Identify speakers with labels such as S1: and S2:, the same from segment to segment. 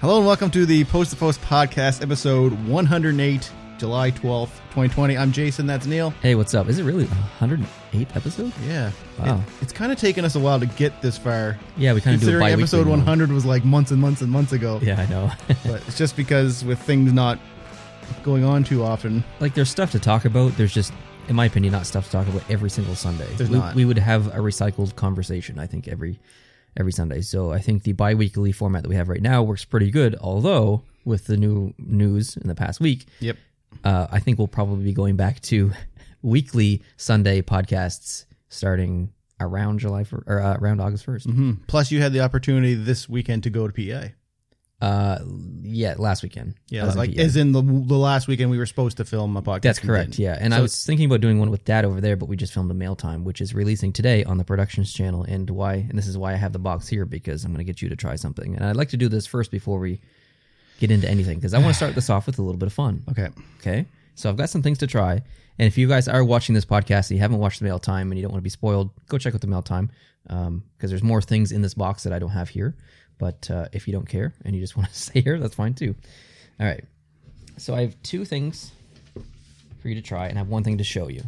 S1: Hello and welcome to the Post to Post podcast, episode 108, July 12th, 2020. I'm Jason, that's Neil.
S2: Hey, what's up? Is it really 108th episode?
S1: Yeah.
S2: Wow.
S1: It- it's kind of taken us a while to get this far.
S2: Yeah, we kind of do it
S1: Considering
S2: bi
S1: episode 100 was like months and months and months ago.
S2: Yeah, I know.
S1: But it's just because with things not going on too often.
S2: like, there's stuff to talk about. There's just, in my opinion, not stuff to talk about every single Sunday.
S1: There's
S2: we,
S1: not.
S2: we would have a recycled conversation, I think, every every Sunday. So I think the bi-weekly format that we have right now works pretty good. Although, with the new news in the past week,
S1: Yep.
S2: uh, I think we'll probably be going back to weekly Sunday podcasts starting around July fir- or uh, around August 1st.
S1: hmm Plus, you had the opportunity this weekend to go to PA.
S2: Uh, yeah, last weekend. I
S1: Yeah,
S2: was in
S1: like
S2: PA.
S1: as in the, the last weekend we were supposed to film a podcast.
S2: That's
S1: we
S2: correct.
S1: didn't.
S2: Yeah, and I
S1: So-
S2: was thinking about doing one with Dad over there, but we just filmed the mail time, which is releasing today on the Productions channel. And why? And this is why I have the box here because I'm going to get you to try something. And I'd like to do this first before we get into anything because I want to start this off with a little bit of fun.
S1: Okay.
S2: Okay. So I've got some things to try. And if you guys are watching this podcast and you haven't watched the mail time and you don't want to be spoiled, go check out the mail time because there's more things in this box that I don't have here. But uh, if you don't care and you just want to stay here, that's fine too. All right. So I have two things for you to try and I have one thing to show you.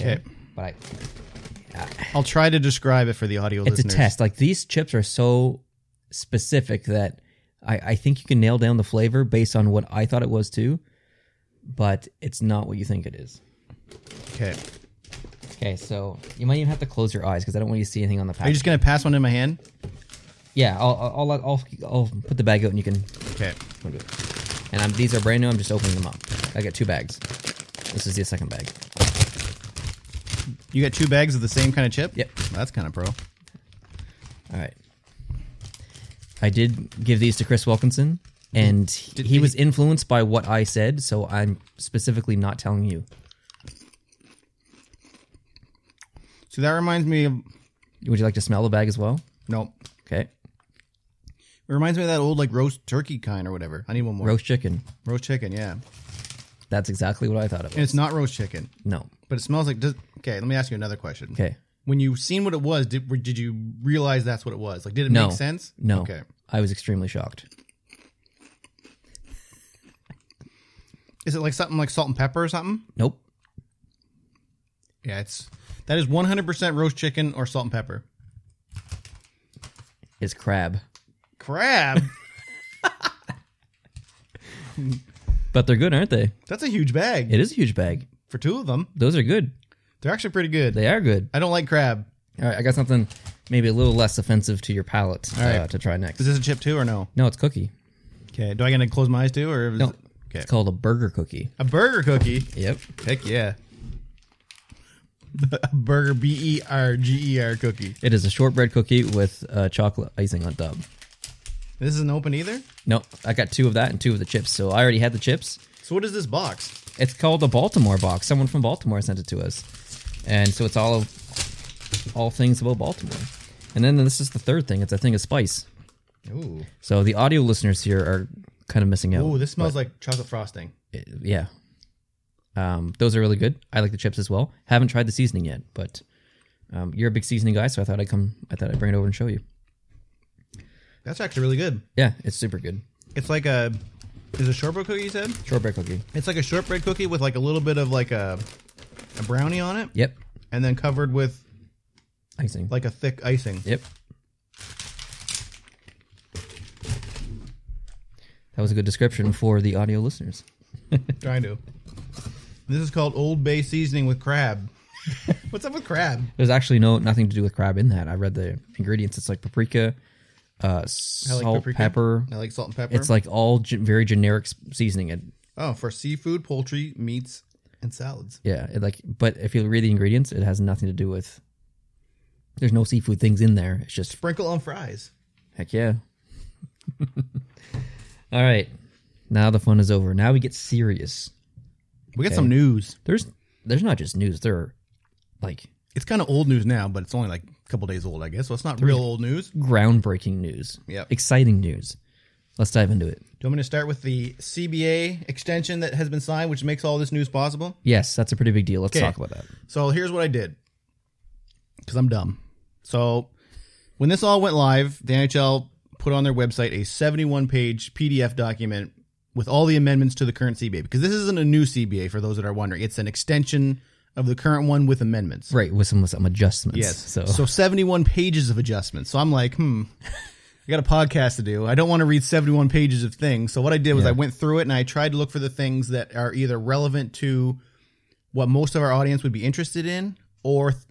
S1: Okay.
S2: But I,
S1: I'll try to describe it for the audio
S2: it's a
S1: listeners.
S2: test. Like these chips are so specific that I, I think you can nail down the flavor based on what I thought it was too, but it's not what you think it is.
S1: Okay.
S2: Okay, so you might even have to close your eyes because I don't want you to see anything on
S1: Are
S2: the
S1: you
S2: package.
S1: just going to pass one in my hand?
S2: yeah, I'll, I'll, I'll, I'll, I'll put the bag out and you can.
S1: Okay.
S2: And I'm, these are brand new. I'm just opening them up. I got two bags. This is the second bag.
S1: You got two bags of the same kind of chip?
S2: Yep.
S1: That's kind of pro.
S2: All right. I did give these to Chris Wilkinson, and
S1: Mm-hmm. Did
S2: he
S1: he-
S2: was influenced by what I said, so I'm specifically not telling you.
S1: So that reminds me of
S2: Would you like to smell the bag as well?
S1: no.
S2: Okay.
S1: It reminds me of that old like roast turkey kind or whatever. I need one more. Roast,
S2: Roast chicken.
S1: chicken, yeah. And
S2: That's exactly what I thought it was.
S1: it's not roast chicken,
S2: No.
S1: but it smells like. Does, okay, let me ask you another question.
S2: Okay.
S1: When you seen what it was, did were- did you realize that's what it was? Like, did it
S2: No.
S1: make sense?
S2: No.
S1: Okay.
S2: I was extremely shocked.
S1: Is it like something like salt and pepper or something?
S2: Nope.
S1: Yeah, it's that is one hundred percent roast chicken or salt and pepper.
S2: It's crab.
S1: Crab.
S2: But they're good, aren't they?
S1: that's a huge bag
S2: It is a huge bag.
S1: for two of them.
S2: Those are good.
S1: They're actually pretty good.
S2: They are good.
S1: I don't like crab.
S2: All right, I got something maybe a little less offensive to your palate uh,
S1: right.
S2: to try next.
S1: Is this a chip too or no?
S2: No, it's cookie.
S1: Okay. Do I gotta close my eyes too or is
S2: No.
S1: it- okay?
S2: It's called a burger cookie.
S1: A burger cookie.
S2: Yep.
S1: Heck yeah. Burger B E R G E R cookie.
S2: It is a shortbread cookie with uh, chocolate icing on top.
S1: This isn't open either.
S2: No, I got two of that and two of the chips. So I already had the chips.
S1: So what is this box?
S2: It's called the Baltimore box. Someone from Baltimore sent it to us, and so it's all of all things about Baltimore. And then this is the third thing. It's a thing of spice.
S1: Ooh.
S2: So the audio listeners here are kind of missing out.
S1: Ooh, this smells like chocolate frosting.
S2: It- yeah. Um, those are really good. I like the chips as well. Haven't tried the seasoning yet, but um, you're a big seasoning guy, so I thought I'd come. I thought I'd bring it over and show you.
S1: That's actually really good.
S2: Yeah, it's super good.
S1: It's like a is it a shortbread cookie you said?
S2: Shortbread cookie.
S1: It's like a shortbread cookie with like a little bit of like a a brownie on it
S2: Yep.
S1: and then covered with
S2: Icing.
S1: like a thick icing.
S2: yep. That was a good description for the audio listeners.
S1: Trying to. This is called Old Bay seasoning with crab. What's up with crab?
S2: There's actually no nothing to do with crab in that. I read the ingredients. It's like paprika, uh,
S1: I
S2: salt,
S1: like paprika.
S2: pepper.
S1: I like salt and pepper.
S2: It's like all ge- very generic s- seasoning. It
S1: oh, for seafood, poultry, meats, and salads.
S2: Yeah, it like, but if you read the ingredients, it has nothing to do with. There's no seafood things in there. It's just
S1: Sprinkle on fries.
S2: heck yeah. All right, now the fun is over. Now we get serious.
S1: We got some news.
S2: There's there's not just news. There are like
S1: It's kind of old news now, but it's only like a couple days old, I guess. So it's not real old news. Do
S2: groundbreaking news.
S1: Yep.
S2: exciting news. Let's dive into it.
S1: you want me to start with the CBA extension that has been signed, which makes all this news possible?
S2: Yes, that's a pretty big deal. Let's
S1: Okay.
S2: talk about that.
S1: So here's what I did because I'm dumb. So when this all went live, the NHL put on their website a 71 page PDF document with all the amendments to the current CBA because this isn't a new CBA for those that are wondering. It's an extension of the current one with amendments.
S2: Right, with some with some adjustments.
S1: Yes.
S2: So,
S1: 71 pages of adjustments. So I'm like, hmm, I got a podcast to do. I don't want to read 71 pages of things. So what I did was I went through it and I tried to look for the things that are either relevant to what most of our audience would be interested in or th-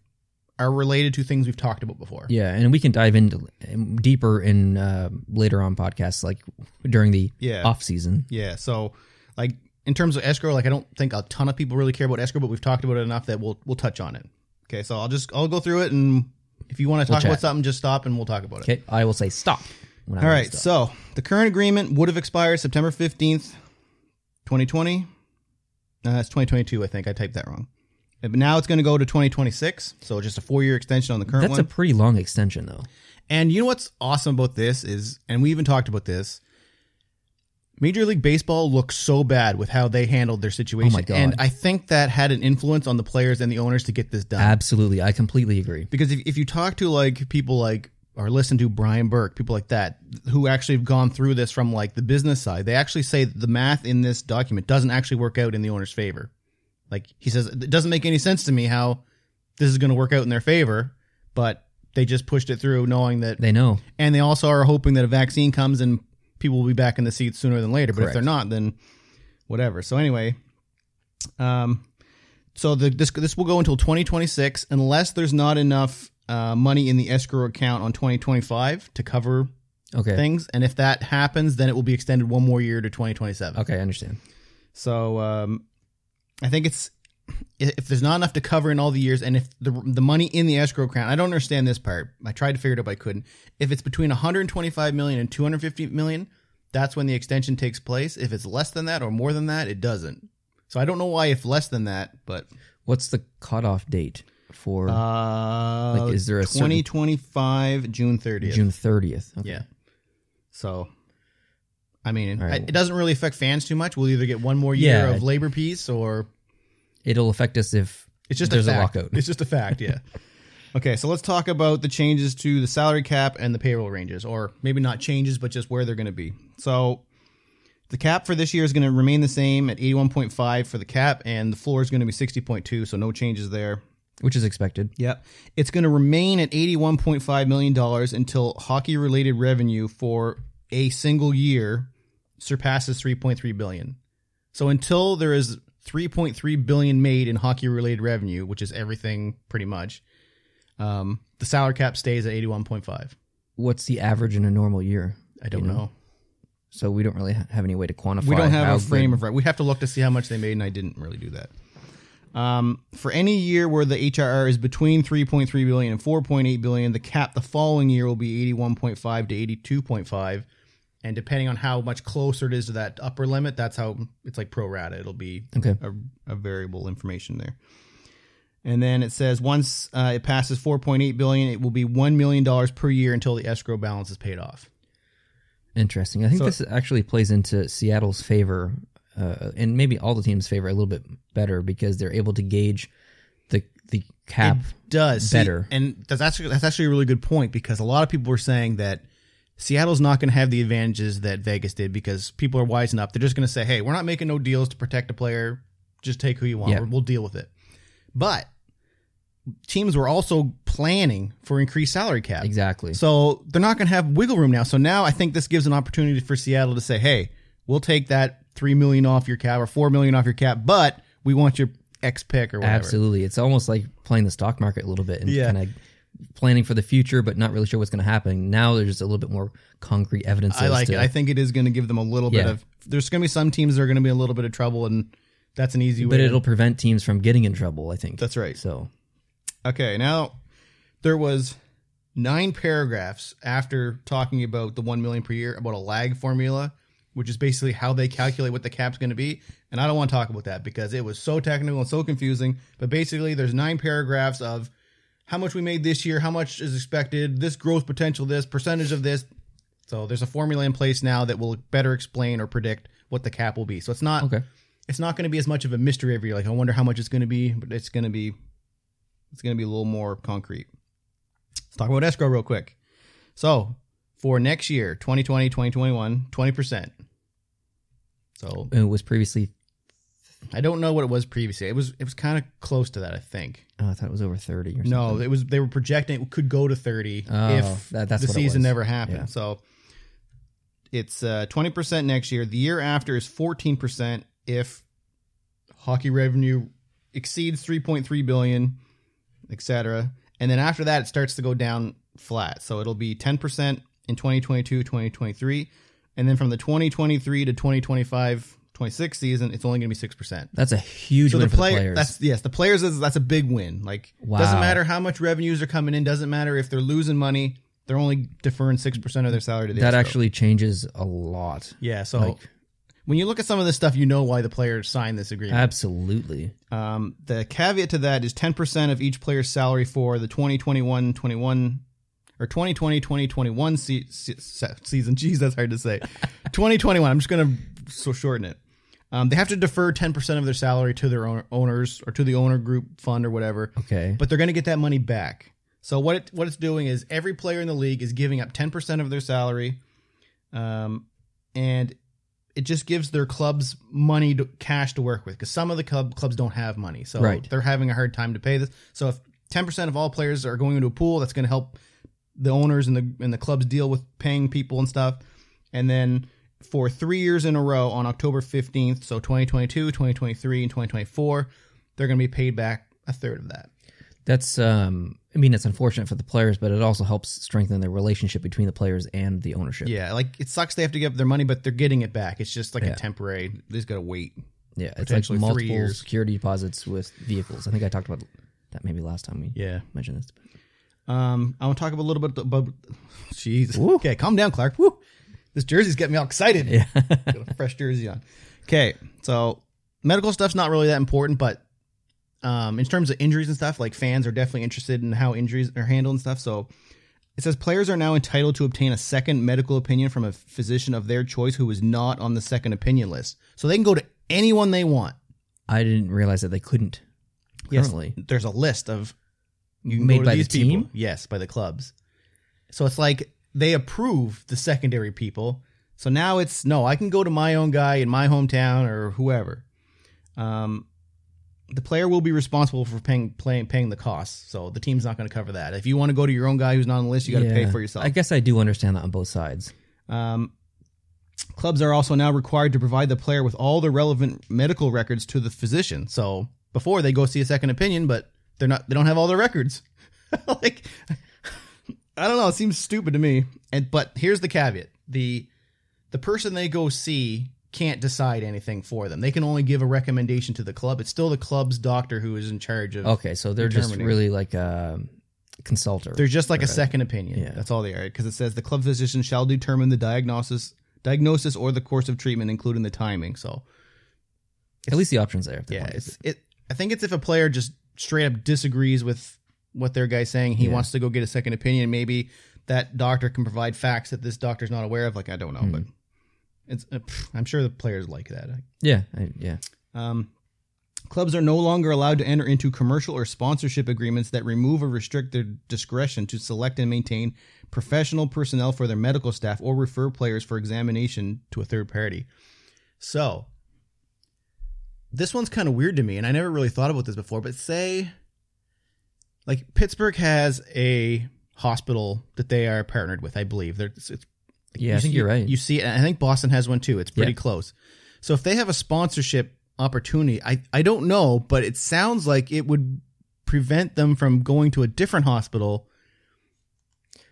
S1: are related to things we've talked about before.
S2: yeah, and we can dive into um, deeper in uh, later on podcasts, like during the
S1: Yeah.
S2: off season.
S1: Yeah. So like in terms of escrow, like I don't think a ton of people really care about escrow, but we've talked about it enough that we'll we'll touch on it. Okay, so I'll just I'll go through it and if you want to talk
S2: chat.
S1: about something, just stop and we'll talk about it.
S2: Okay, I will say stop. When I
S1: All
S2: want
S1: right.
S2: to stop.
S1: So the current agreement would have expired September 15th, 2020. No, that's 2022, I think. I typed that wrong. Uh, But now it's going to go to 2026. So just a four year extension on the current
S2: That's
S1: one.
S2: a pretty long extension, though.
S1: and you know what's awesome about this is, and we even talked about this. Major League Baseball looks so bad with how they handled their situation,
S2: Oh God.
S1: and I think that had an influence on the players and the owners to get this done.
S2: Absolutely, I completely agree.
S1: Because if, if you talk to like people like or listen to Brian Burke, people like that who actually have gone through this from like the business side, they actually say that the math in this document doesn't actually work out in the owner's favor. Like he says, it doesn't make any sense to me how this is going to work out in their favor, but they just pushed it through knowing that,
S2: They know.
S1: and they also are hoping that a vaccine comes and people will be back in the seats sooner than later. But if
S2: Correct.
S1: they're not, then whatever. So anyway, um, so the, this this will go until 2026 unless there's not enough uh, money in the escrow account on 2025 to cover
S2: Okay.
S1: things, and if that happens, then it will be extended one more year to 2027.
S2: Okay, I understand.
S1: So um, I think it's if if there's not enough to cover in all the years, and if the the money in the escrow account, I don't understand this part. I tried to figure it out, but I couldn't. If it's between 125 million and 250 million, that's when the extension takes place. If it's less than that or more than that, it doesn't. So I don't know why if less than that, but
S2: What's the cutoff date for
S1: uh,
S2: Like, is there a certain-
S1: 2025 June 30th?
S2: June 30th? Okay.
S1: Yeah. So, I mean,
S2: All right.
S1: I- it doesn't really affect fans too much. We'll either get one more year
S2: Yeah.
S1: of labor peace or
S2: It'll affect us if
S1: It's just
S2: there's
S1: a,
S2: a,
S1: fact.
S2: lockout.
S1: It's just a fact, yeah. okay, so let's talk about the changes to the salary cap and the payroll ranges, or maybe not changes, but just where they're going to be. So the cap for this year is going to remain the same at 81.5 for the cap, and the floor is going to be 60.2, so no changes there.
S2: which is expected.
S1: Yep. It's going to remain at $81.5 million until hockey related revenue for a single year surpasses 3.3 billion. So until there is 3.3 billion made in hockey related revenue, which is everything pretty much, um, the salary cap stays at 81.5.
S2: What's the average in a normal year?
S1: I don't
S2: You know?
S1: know.
S2: So we don't really ha- have any way to quantify.
S1: We don't
S2: how
S1: have a
S2: good-
S1: frame of re- We have to look to see how much they made, and I didn't really do that. Um, for any year where the HRR is between 3.3 billion and 4.8 billion, the cap the following year will be 81.5 to 82.5, and depending on how much closer it is to that upper limit, that's how it's like pro rata. It'll be
S2: Okay.
S1: a, a variable information there. And then it says once uh, it passes 4.8 billion, it will be one million dollars per year until the escrow balance is paid off.
S2: Interesting. I think
S1: So-
S2: this actually plays into Seattle's favor, uh, and maybe all the teams' favor a little bit better because they're able to gauge the the cap.
S1: does See,
S2: better.
S1: and that's actually that's actually a really good point because a lot of people were saying that Seattle's not going to have the advantages that Vegas did because people are wise enough. They're just going to say, "Hey, we're not making no deals to protect a player. Just take who you want.
S2: Yeah.
S1: We'll deal with it." But teams were also planning for increased salary cap.
S2: exactly.
S1: So they're not going to have wiggle room now. So now I think this gives an opportunity for Seattle to say, "Hey, we'll take that 3 million off your cap or 4 million off your cap, but we want your X pick or whatever."
S2: Absolutely. It's almost like playing the stock market a little bit and
S1: Yeah.
S2: kind of planning for the future, but not really sure what's going to happen. Now there's just a little bit more concrete evidence.
S1: I
S2: as
S1: like
S2: to-
S1: it. I think it is going to give them a little bit
S2: Yeah.
S1: of. There's going to be some teams that are going to be a little bit of trouble, and that's an easy way.
S2: but
S1: to-
S2: it'll prevent teams from getting in trouble. I think
S1: That's right.
S2: So
S1: Okay, now there was nine paragraphs after talking about the one million per year about a lag formula, which is basically how they calculate what the cap's going to be. And I don't want to talk about that because it was so technical and so confusing. But basically, there's nine paragraphs of how much we made this year, how much is expected, this growth potential, this percentage of this. So there's a formula in place now that will better explain or predict what the cap will be. So it's not
S2: okay,
S1: it's not going to be as much of a mystery every year. Like I wonder how much it's going to be, but it's going to be it's going to be a little more concrete. Let's talk about escrow real quick. So for next year, 2020, 2021, 20%. So
S2: It was previously.
S1: I don't know what it was previously. It was it was kind of close to that, I think.
S2: Oh, I thought it was over thirty or something.
S1: No, it was they were projecting it could go to 30
S2: Oh,
S1: if
S2: that- that's
S1: the
S2: what it
S1: season
S2: was.
S1: never happened.
S2: Yeah.
S1: So it's uh, 20% next year. The year after is 14% if hockey revenue exceeds 3.3 billion, etc. And then after that it starts to go down flat. So it'll be 10% in 2022, 2023, and then from the 2023 to 2025 26 season, it's only going to be 6%.
S2: that's a huge
S1: So
S2: win
S1: the,
S2: for
S1: player,
S2: the players.
S1: that's yes, the players is that's a big win. Like doesn't
S2: Wow.
S1: matter how much revenues are coming in, doesn't matter if they're losing money, they're only deferring six percent of their salary to the
S2: that
S1: expo.
S2: actually changes a lot.
S1: Yeah, so
S2: like-
S1: when you look at some of this stuff, you know why the players signed this agreement.
S2: Absolutely.
S1: Um, the caveat to that is 10% of each player's salary for the 2021 21 or 2020 2021 se- se- se- season. Jeez, that's hard to say. 2021. I'm just going to so shorten it. Um, they have to defer 10% of their salary to their own- owners or to the owner group fund or whatever,
S2: Okay.
S1: but they're going to get that money back. So what it, what it's doing is every player in the league is giving up 10% of their salary um, and it just gives their clubs money to, cash to work with because some of the club clubs don't have money so
S2: Right.
S1: they're having a hard time to pay this so if 10% of all players are going into a pool that's going to help the owners and the and the clubs deal with paying people and stuff and then for 3 years in a row on October 15th so 2022 2023 and 2024 they're going to be paid back a third of that
S2: that's um I mean it's unfortunate for the players, but it also helps strengthen the relationship between the players and the ownership.
S1: yeah like it sucks they have to give up their money but they're getting it back it's just like
S2: Yeah.
S1: a temporary they just got to wait
S2: Yeah, it's like
S1: Potentially three
S2: multiple
S1: years.
S2: security deposits with vehicles. I think I talked about that maybe last time we
S1: yeah
S2: mentioned this.
S1: Um, I want to talk a little bit about. Jeez. Okay, calm down, Clark. Woo. This jersey's getting me all excited.
S2: Yeah.
S1: Got a fresh jersey on. Okay, so medical stuff's not really that important, but um, in terms of injuries and stuff, like fans are definitely interested in how injuries are handled and stuff. So it says players are now entitled to obtain a second medical opinion from a physician of their choice who is not on the second opinion list. So they can go to anyone they want.
S2: I didn't realize that they couldn't currently.
S1: Yes, there's a list of you can
S2: Made
S1: go to
S2: by the
S1: these people.
S2: team?
S1: Yes, by the clubs. So it's like they approve the secondary people. So now it's no, I can go to my own guy in my hometown or whoever. Um, the player will be responsible for paying playing paying the costs. So the team's not going to cover that. If you want to go to your own guy who's not on the list, you got to pay
S2: Yeah.
S1: for yourself.
S2: I guess I do understand that on both sides.
S1: Um, clubs are also now required to provide the player with all the relevant medical records to the physician. So before they go see a second opinion, but they're not they don't have all their records. like I don't know, it seems stupid to me. And but here's the caveat. The the person they go see can't decide anything for them. They can only give a recommendation to the club. It's still the club's doctor who is in charge of
S2: Okay, so they're just
S1: Determining.
S2: really like a consulter.
S1: They're just like a second opinion.
S2: Yeah.
S1: That's all they are. Because it says the club physician shall determine the diagnosis, diagnosis or the course of treatment, including the timing. So
S2: At least the options there. if they
S1: yeah,
S2: want to.
S1: it's it. I think it's if a player just straight up disagrees with what their guy's saying, he
S2: Yeah.
S1: wants to go get a second opinion. Maybe that doctor can provide facts that this doctor's not aware of. Like I
S2: Hmm.
S1: don't know, but it's. Uh, pff, I'm sure the players like that.
S2: yeah, I, yeah.
S1: Um, clubs are no longer allowed to enter into commercial or sponsorship agreements that remove or restrict their discretion to select and maintain professional personnel for their medical staff or refer players for examination to a third party. So, this one's kind of weird to me, and I never really thought about this before, but say, like, Pittsburgh has a hospital that they are partnered with, I believe. They're, it's, it's
S2: Yeah,
S1: you
S2: I think
S1: see-
S2: you're right.
S1: You see, I think Boston has one too. It's pretty
S2: Yeah.
S1: close. So if they have a sponsorship opportunity, I, I don't know, but it sounds like it would prevent them from going to a different hospital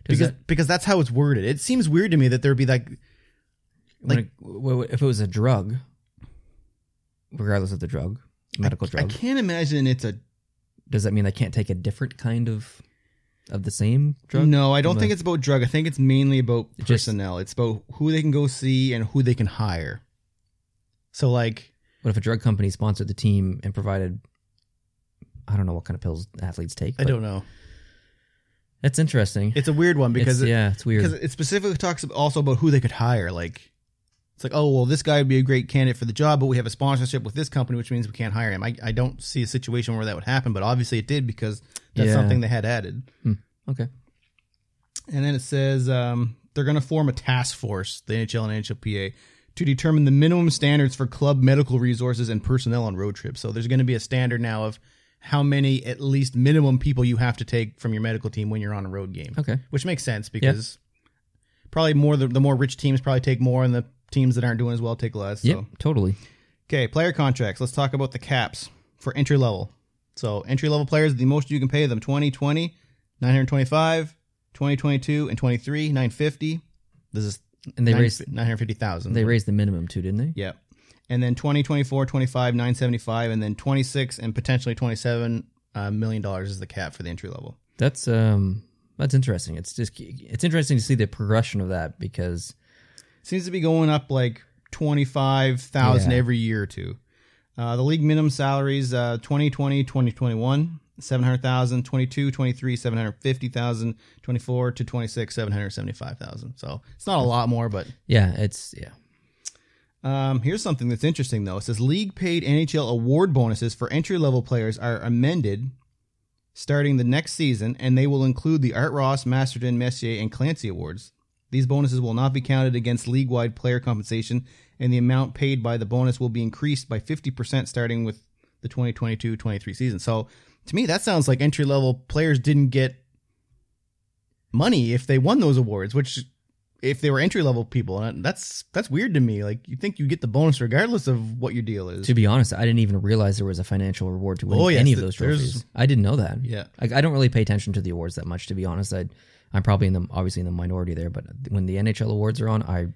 S2: Does
S1: because
S2: that-
S1: because that's how it's worded. It seems weird to me that there'd be like
S2: When it- w- w- if it was a drug, regardless of the drug, medical
S1: I
S2: drug,
S1: can't imagine it's a
S2: does that mean they can't take a different kind of of the same drug?
S1: no. I don't
S2: No.
S1: think it's about drug. I think it's mainly about
S2: It just-
S1: personnel. it's about who they can go see and who they can hire. So like
S2: What if a drug company sponsored the team and provided? I don't know what kind of pills athletes take.
S1: I
S2: but
S1: don't know.
S2: That's interesting.
S1: It's a weird one because it-
S2: It's- yeah, it's
S1: because
S2: weird.
S1: it specifically talks ab- also about who they could hire. Like, it's like, oh, well, this guy would be a great candidate for the job, but we have a sponsorship with this company, which means we can't hire him. I, I don't see a situation where that would happen, but obviously it did because that's
S2: Yeah.
S1: something they had added.
S2: okay.
S1: And then it says um, they're going to form a task force, the NHL and NHLPA, to determine the minimum standards for club medical resources and personnel on road trips. So there's going to be a standard now of how many at least minimum people you have to take from your medical team when you're on a road game.
S2: Okay.
S1: Which makes sense because probably more the, the more rich teams probably take more and the teams that aren't doing as well take less.
S2: Yep.
S1: So
S2: Totally.
S1: Okay, player contracts. Let's talk about the caps for entry level. So entry level players, the most you can pay them 2020, 925, 2022, and 23, 950. This is
S2: And they
S1: 9
S2: raised
S1: 950,000.
S2: they raised the minimum too, didn't they?
S1: Yep. And then 20, 24, 25, 975, and then 26 and potentially 27 uh, million dollars is the cap for the entry level.
S2: That's um that's interesting. It's just it's interesting to see the progression of that because
S1: Seems to be going up like 25,000
S2: Yeah.
S1: every year or two. Uh, the league minimum salaries uh, 2020, 2021, 700,000, 22, 23, 750,000, 24 to 26, 775,000. So it's not a lot more, but
S2: yeah, it's yeah.
S1: Um, here's something that's interesting though. It says league paid NHL award bonuses for entry level players are amended starting the next season, and they will include the Art Ross, Masterton, Messier, and Clancy awards. These bonuses will not be counted against league wide player compensation, and the amount paid by the bonus will be increased by 50% starting with the 2022 23 season. So to me, that sounds like entry level players didn't get money if they won those awards, which if they were entry level people, and that's that's weird to me. Like you think you get the bonus regardless of what your deal is.
S2: To be honest, I didn't even realize there was a financial reward to winning
S1: Oh, yes,
S2: any of
S1: th-
S2: those
S1: there's-
S2: trophies. I didn't know that.
S1: Yeah.
S2: Like I don't really pay attention to the awards that much, to be honest. I I'm probably in the obviously in the minority there, but when the NHL awards are on, I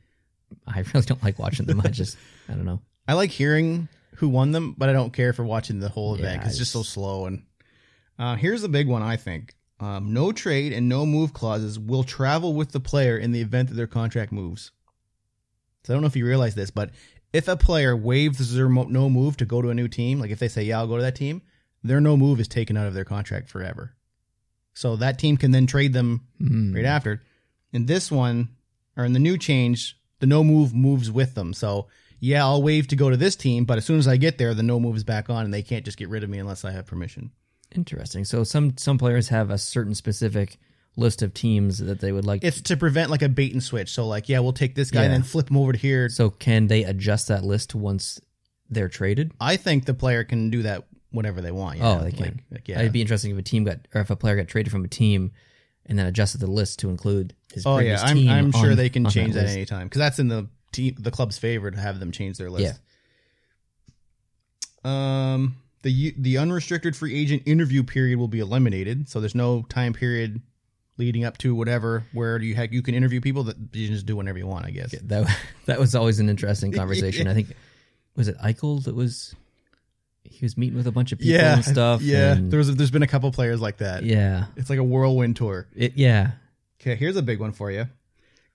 S2: I really don't like watching them. I just I don't know.
S1: I like hearing who won them, but I don't care for watching the whole event.
S2: Yeah,
S1: 'cause it's just so
S2: it's-
S1: slow. And uh, here's the big one, I think. Um, no trade and no move clauses will travel with the player in the event that their contract moves. So I don't know if you realize this, but if a player waives their mo- no move to go to a new team, like if they say, "Yeah, I'll go to that team," their no move is taken out of their contract forever. So that team can then trade them
S2: Mm.
S1: right after. In this one, or in the new change, the no move moves with them. So yeah, I'll waive to go to this team, but as soon as I get there, the no move is back on, and they can't just get rid of me unless I have permission.
S2: Interesting. So some some players have a certain specific list of teams that they would like.
S1: It's to prevent like a bait and switch. So like, yeah, we'll take this guy and
S2: Yeah.
S1: then flip him over to here.
S2: so can they adjust that list once they're traded?
S1: I think the player can do that whenever they want. you
S2: Oh,
S1: know?
S2: they can.
S1: Like, like, yeah.
S2: It'd be interesting if a team got or if a player got traded from a team and then adjusted the list to include his
S1: oh yeah,
S2: previous
S1: I'm,
S2: team.
S1: I'm sure
S2: on-
S1: they can
S2: on
S1: change that,
S2: list.
S1: anytime because that's in the team, the club's favor to have them change their list. Um, the u- the unrestricted free agent interview period will be eliminated, so there's no time period leading up to whatever where you have you can interview people that you can just do whenever you want. I guess.
S2: Yeah, that that was always an interesting conversation. I think was it Eichel that was he was meeting with a bunch of people and stuff.
S1: Yeah,
S2: and-
S1: there's there's been a couple players like that.
S2: yeah,
S1: It's like a whirlwind tour.
S2: It- yeah.
S1: Okay, here's a big one for you.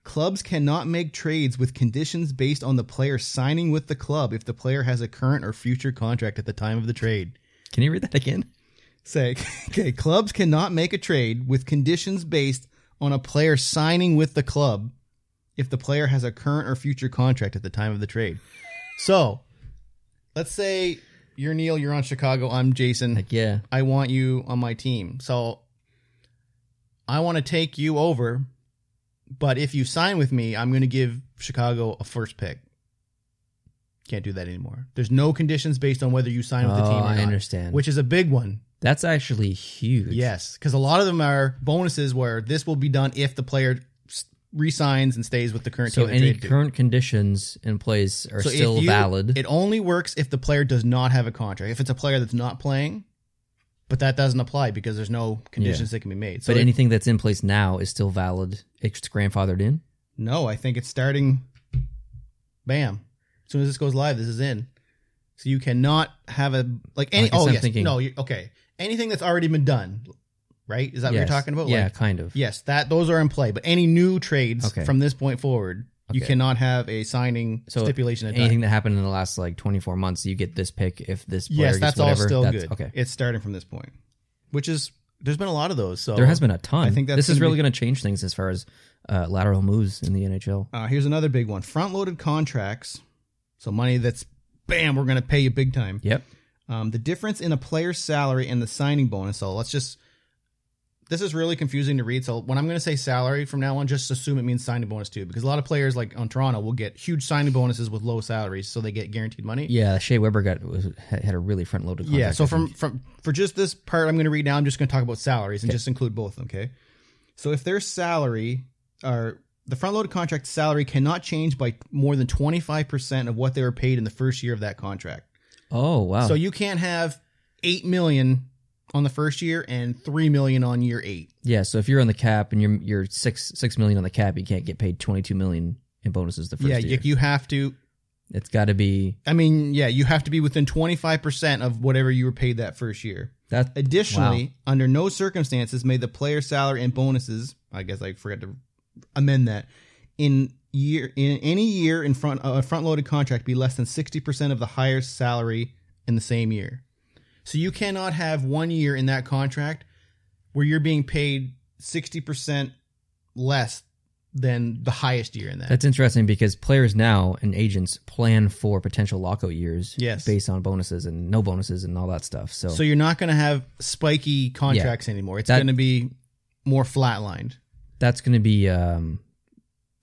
S1: Clubs cannot make trades with conditions based on the player signing with the club if the player has a current or future contract at the time of the trade.
S2: Can you read that again?
S1: Say, okay, clubs cannot make a trade with conditions based on a player signing with the club if the player has a current or future contract at the time of the trade. So, let's say you're Neil, you're on Chicago, I'm Jason.
S2: Like yeah,
S1: I want you on my team. So I want to take you over, but if you sign with me, I'm going to give Chicago a first pick. Can't do that anymore. There's no conditions based on whether you sign with the
S2: Oh,
S1: team or
S2: I
S1: not,
S2: understand.
S1: which is a big one.
S2: that's actually huge.
S1: Yes, because a lot of them are bonuses where this will be done if the player s- resigns and stays with the current
S2: So
S1: team. they
S2: any
S1: trade to.
S2: current conditions in place are
S1: So if
S2: still
S1: you-
S2: valid.
S1: It only works if the player does not have a contract. If it's a player that's not playing, but that doesn't apply because there's no conditions that can be made. So
S2: but
S1: it-
S2: anything that's in place now is still valid. It's grandfathered in.
S1: no, I think it's starting. Bam! As soon as this goes live, this is in. So you cannot have a like any.
S2: I guess
S1: oh
S2: I'm
S1: yes,
S2: thinking-
S1: no, you, okay. Anything that's already been done, right? Is that what you're
S2: Yes.
S1: talking about?
S2: Yeah,
S1: Like,
S2: kind of.
S1: yes, that those are in play. But any new trades
S2: Okay.
S1: from this point forward, you
S2: Okay.
S1: cannot have a signing
S2: So
S1: stipulation. At
S2: Anything that happened in the last like 24 months, you get this pick if this player
S1: Yes,
S2: gets
S1: that's
S2: whatever.
S1: all still
S2: that's,
S1: good.
S2: Okay.
S1: it's starting from this point, which is there's been a lot of those. So
S2: There has been a ton.
S1: Oh. I think that's
S2: this is
S1: gonna
S2: really
S1: be-
S2: going to change things as far as uh, lateral moves in the NHL.
S1: Uh, here's another big one: front-loaded contracts, so money that's bam, we're going to pay you big time.
S2: Yep.
S1: Um, the difference in a player's salary and the signing bonus. So let's just This is really confusing to read. So when I'm going to say salary from now on, just assume it means signing bonus too, because a lot of players like on Toronto will get huge signing bonuses with low salaries, so they get guaranteed money.
S2: Yeah, Shea Weber got was, had a really front loaded. Contract,
S1: Yeah. So
S2: I
S1: from
S2: think.
S1: from for just this part, I'm going to read now. I'm just going to talk about salaries and just include both. Okay. So if their salary or the front loaded contract salary cannot change by more than 25 percent of what they were paid in the first year of that contract.
S2: oh wow,
S1: So you can't have eight million on the first year and three million on year eight.
S2: yeah. So if you're on the cap and you're you're six six million on the cap, you can't get paid twenty two million in bonuses the first
S1: yeah,
S2: year.
S1: you, you have to.
S2: it's got to be
S1: I mean, yeah, you have to be within 25 percent of whatever you were paid that first year.
S2: that.
S1: Additionally,
S2: Wow.
S1: under no circumstances may the player salary and bonuses. I guess I forgot to amend that. In year in any year in front a front loaded contract be less than sixty percent of the highest salary in the same year. So you cannot have one year in that contract where you're being paid sixty percent less than the highest year in that.
S2: That's interesting because players now and agents plan for potential lockout years
S1: Yes.
S2: based on bonuses and no bonuses and all that stuff. So,
S1: so you're not going to have spiky contracts anymore. It's
S2: That-
S1: going to be more flatlined.
S2: that's going to be um,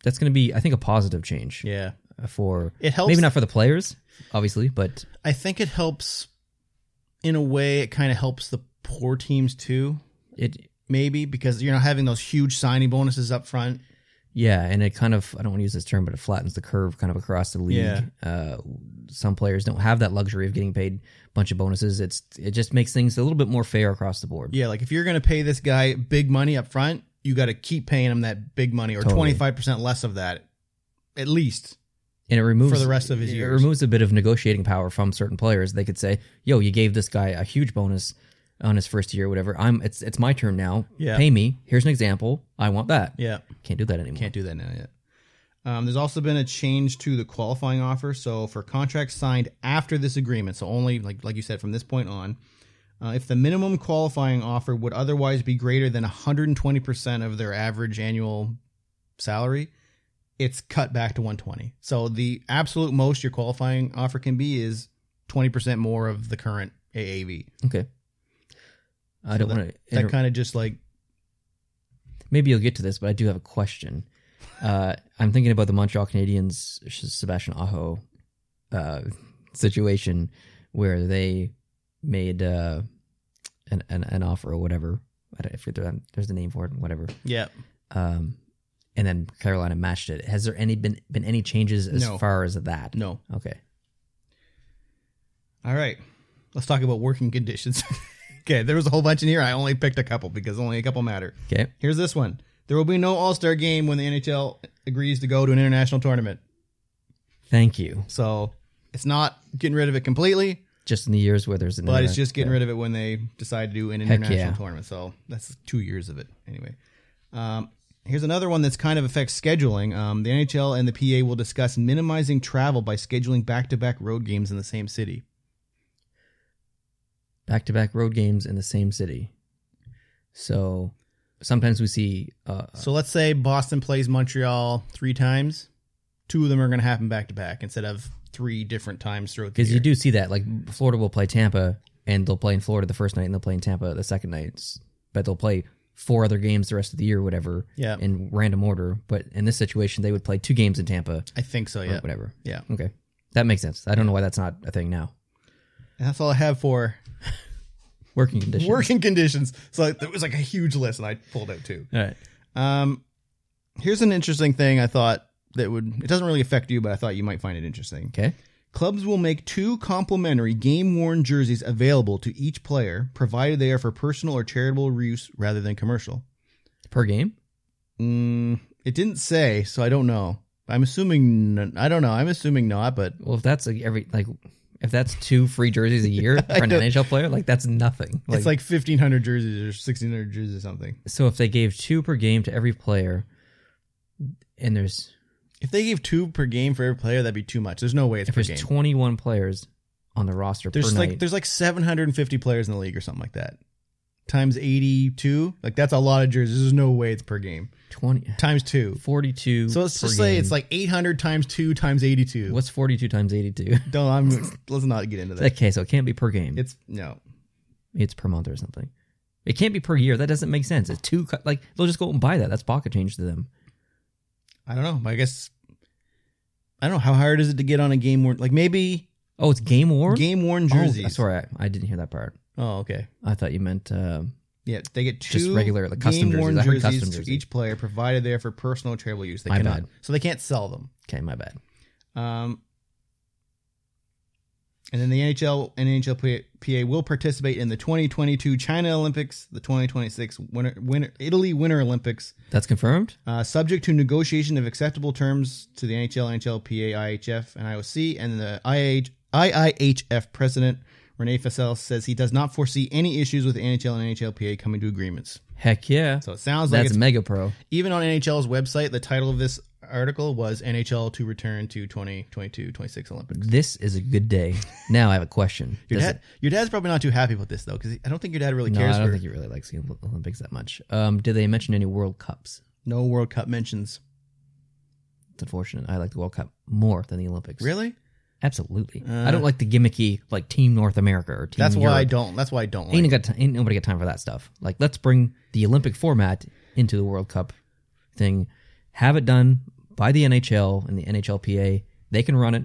S2: that's going to be I think a positive change
S1: Yeah,
S2: for
S1: it helps.
S2: maybe not for the players obviously, but
S1: I think it helps in a way it kind of helps the poor teams too,
S2: it
S1: maybe because you're not having those huge signing bonuses up front.
S2: Yeah, and it kind of I don't want to use this term, but it flattens the curve kind of across the league.
S1: Yeah.
S2: Uh, some players don't have that luxury of getting paid a bunch of bonuses. It's it just makes things a little bit more fair across the board.
S1: Yeah, like if you're going to pay this guy big money up front, you got to keep paying him that big money or
S2: Totally.
S1: 25% less of that at least.
S2: And it removes
S1: For the rest of his
S2: it
S1: years.
S2: removes a bit of negotiating power from certain players. They could say, "Yo, you gave this guy a huge bonus on his first year, or whatever. I'm it's it's my turn now.
S1: Yeah.
S2: Pay me. Here's an example. I want that.
S1: Yeah.
S2: Can't do that anymore.
S1: Can't do that now yet. Um, there's also been a change to the qualifying offer. So for contracts signed after this agreement, so only like like you said from this point on, uh, if the minimum qualifying offer would otherwise be greater than 120 percent of their average annual salary, it's cut back to 120. So the absolute most your qualifying offer can be is 20 percent more of the current AAV.
S2: Okay. I don't want to.
S1: That kind of just like
S2: maybe you'll get to this, but I do have a question. Uh, I'm thinking about the Montreal Canadiens Sebastian Aho uh, situation where they made uh, an, an an offer or whatever. I don't, I forget the, there's the name for it, whatever.
S1: yeah.
S2: Um, and then Carolina matched it. Has there any been been any changes as
S1: No.
S2: far as that?
S1: No.
S2: Okay.
S1: All right. Let's talk about working conditions. okay, there was a whole bunch in here. I only picked a couple because only a couple matter.
S2: Okay.
S1: Here's this one. There will be no All-Star game when the NHL agrees to go to an international tournament.
S2: Thank you.
S1: So, it's not getting rid of it completely,
S2: Just in the years where there's an
S1: but it's just getting rid of it when they decide to do an
S2: Heck
S1: international
S2: yeah.
S1: tournament. So, that's 2 years of it anyway. Um Here's another one that's kind of affects scheduling. Um, the NHL and the PA will discuss minimizing travel by scheduling back-to-back road games in the same city.
S2: back to back road games in the same city. So sometimes we see uh,
S1: So let's say Boston plays Montreal three times. Two of them are going to happen back to back instead of three different times throughout the
S2: Because
S1: year.
S2: you do see that, like Florida will play Tampa, and they'll play in Florida the first night, and they'll play in Tampa the second night. S- But they'll play four other games the rest of the year, whatever,
S1: Yeah.
S2: in random order. But in this situation, they would play two games in Tampa,
S1: I think so.
S2: or
S1: Yeah.
S2: whatever.
S1: Yeah.
S2: Okay, that makes sense. I don't know why that's not a thing now.
S1: And that's all I have for
S2: Working conditions.
S1: working conditions. So it was like a huge list, and I pulled out two.
S2: All right.
S1: Um, here's an interesting thing I thought that would. It doesn't really affect you, but I thought you might find it interesting.
S2: Okay.
S1: Clubs will make two complimentary game worn jerseys available to each player, provided they are for personal or charitable use rather than commercial.
S2: Per game.
S1: Mm, it didn't say, so I don't know. I'm assuming. n- I don't know. I'm assuming not, but
S2: Well, if that's like every like, if that's two free jerseys a year for an
S1: don't-
S2: NHL player, like that's nothing.
S1: it's like 1,500 jerseys or 1,600 jerseys or something.
S2: so if they gave two per game to every player, and there's
S1: If they gave two per game for every player, that'd be too much. There's no way it's
S2: if
S1: per
S2: there's
S1: game.
S2: 21 players on the roster
S1: there's
S2: per
S1: like
S2: night.
S1: there's like 750 players in the league or something like that. Times 82, like that's a lot of jerseys. There's no way it's per game.
S2: 20
S1: Times two.
S2: 42
S1: So let's
S2: per
S1: just say
S2: game.
S1: it's like 800 times two times 82.
S2: what's 42 times 82
S1: Don't I'm. let's not get into that.
S2: okay so it can't be per game it's,
S1: It's no.
S2: per month or something It can't be per year. That doesn't make sense. It's two cu- like they'll just go out and buy that. That's pocket change to them.
S1: I don't know. but I guess I don't know how hard is it to get on a game worn like maybe
S2: Oh, it's game worn.
S1: game worn
S2: jersey.
S1: jerseys.
S2: Oh, sorry, I, I didn't hear that part.
S1: Oh, okay.
S2: I thought you meant. Uh,
S1: Yeah, they get two
S2: Just regular, like, custom jerseys.
S1: game-worn
S2: I heard
S1: jerseys,
S2: custom
S1: to
S2: jersey.
S1: each player, provided they're for personal or travel use. They
S2: My
S1: cannot,
S2: bad.
S1: so they can't sell them.
S2: okay, my bad.
S1: Um, and then the NHL and NHLPA will participate in the 2022 China Olympics, the 2026 Winter, Winter Italy Winter Olympics,
S2: That's confirmed.
S1: uh, subject to negotiation of acceptable terms to the NHL, NHLPA, IHF, and IOC. And the IH, IIHF president Rene Fassel says he does not foresee any issues with the NHL and NHLPA coming to agreements.
S2: Heck yeah.
S1: So it sounds like
S2: That's
S1: it's
S2: mega pro.
S1: even on NHL's website, the title of this article was NHL to return to 2022 26 Olympics.
S2: This is a good day. Now I have a question.
S1: Your,
S2: Does
S1: dad, your dad's probably not too happy with this, though, because I don't think your dad really
S2: it- no,
S1: cares
S2: I don't
S1: for
S2: think he really likes the Olymp- Olympics that much. Um, did they mention any World Cups?
S1: no World Cup mentions.
S2: It's unfortunate. I like the World Cup more than the Olympics.
S1: Really?
S2: Absolutely.
S1: Uh,
S2: I don't like the gimmicky like Team North America or Team.
S1: That's why I
S2: Europe.
S1: don't. That's why I don't like
S2: Ain't got ti- ain't nobody got time for that stuff. Like let's bring the Olympic format into the World Cup thing. Have it done by the NHL and the NHLPA. They can run it.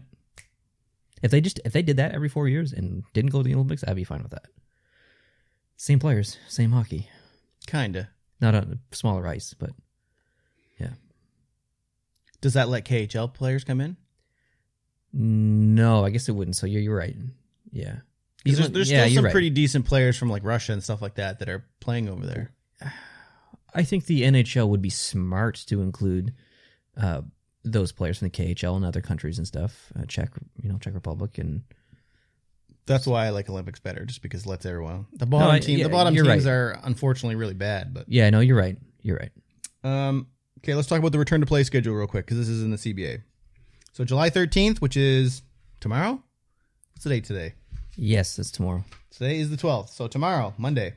S2: If they just if they did that every four years and didn't go to the Olympics, I'd be fine with that. Same players, same hockey,
S1: it. Kinda.
S2: not on a smaller ice, but
S1: Does that let KHL players come in?
S2: no, I guess it wouldn't. So you're you're right. Yeah,
S1: 'Cause
S2: Even-
S1: There's, there's
S2: yeah,
S1: still
S2: you're
S1: some
S2: right.
S1: pretty decent players from like Russia and stuff like that that are playing over there.
S2: I think the NHL would be smart to include uh, those players from the KHL and other countries and stuff, uh, Czech, you know, Czech Republic, and
S1: That's why I like Olympics better, just because it lets everyone. The bottom
S2: I-
S1: team,
S2: yeah,
S1: the bottom
S2: you're
S1: teams
S2: right.
S1: are unfortunately really bad. But
S2: yeah, no, you're right, you're right.
S1: Um, okay, let's talk about the return to play schedule real quick because this is in the CBA. So July 13th, which is tomorrow. What's the date today?
S2: Yes, it's tomorrow.
S1: Today is the 12th. So tomorrow, Monday,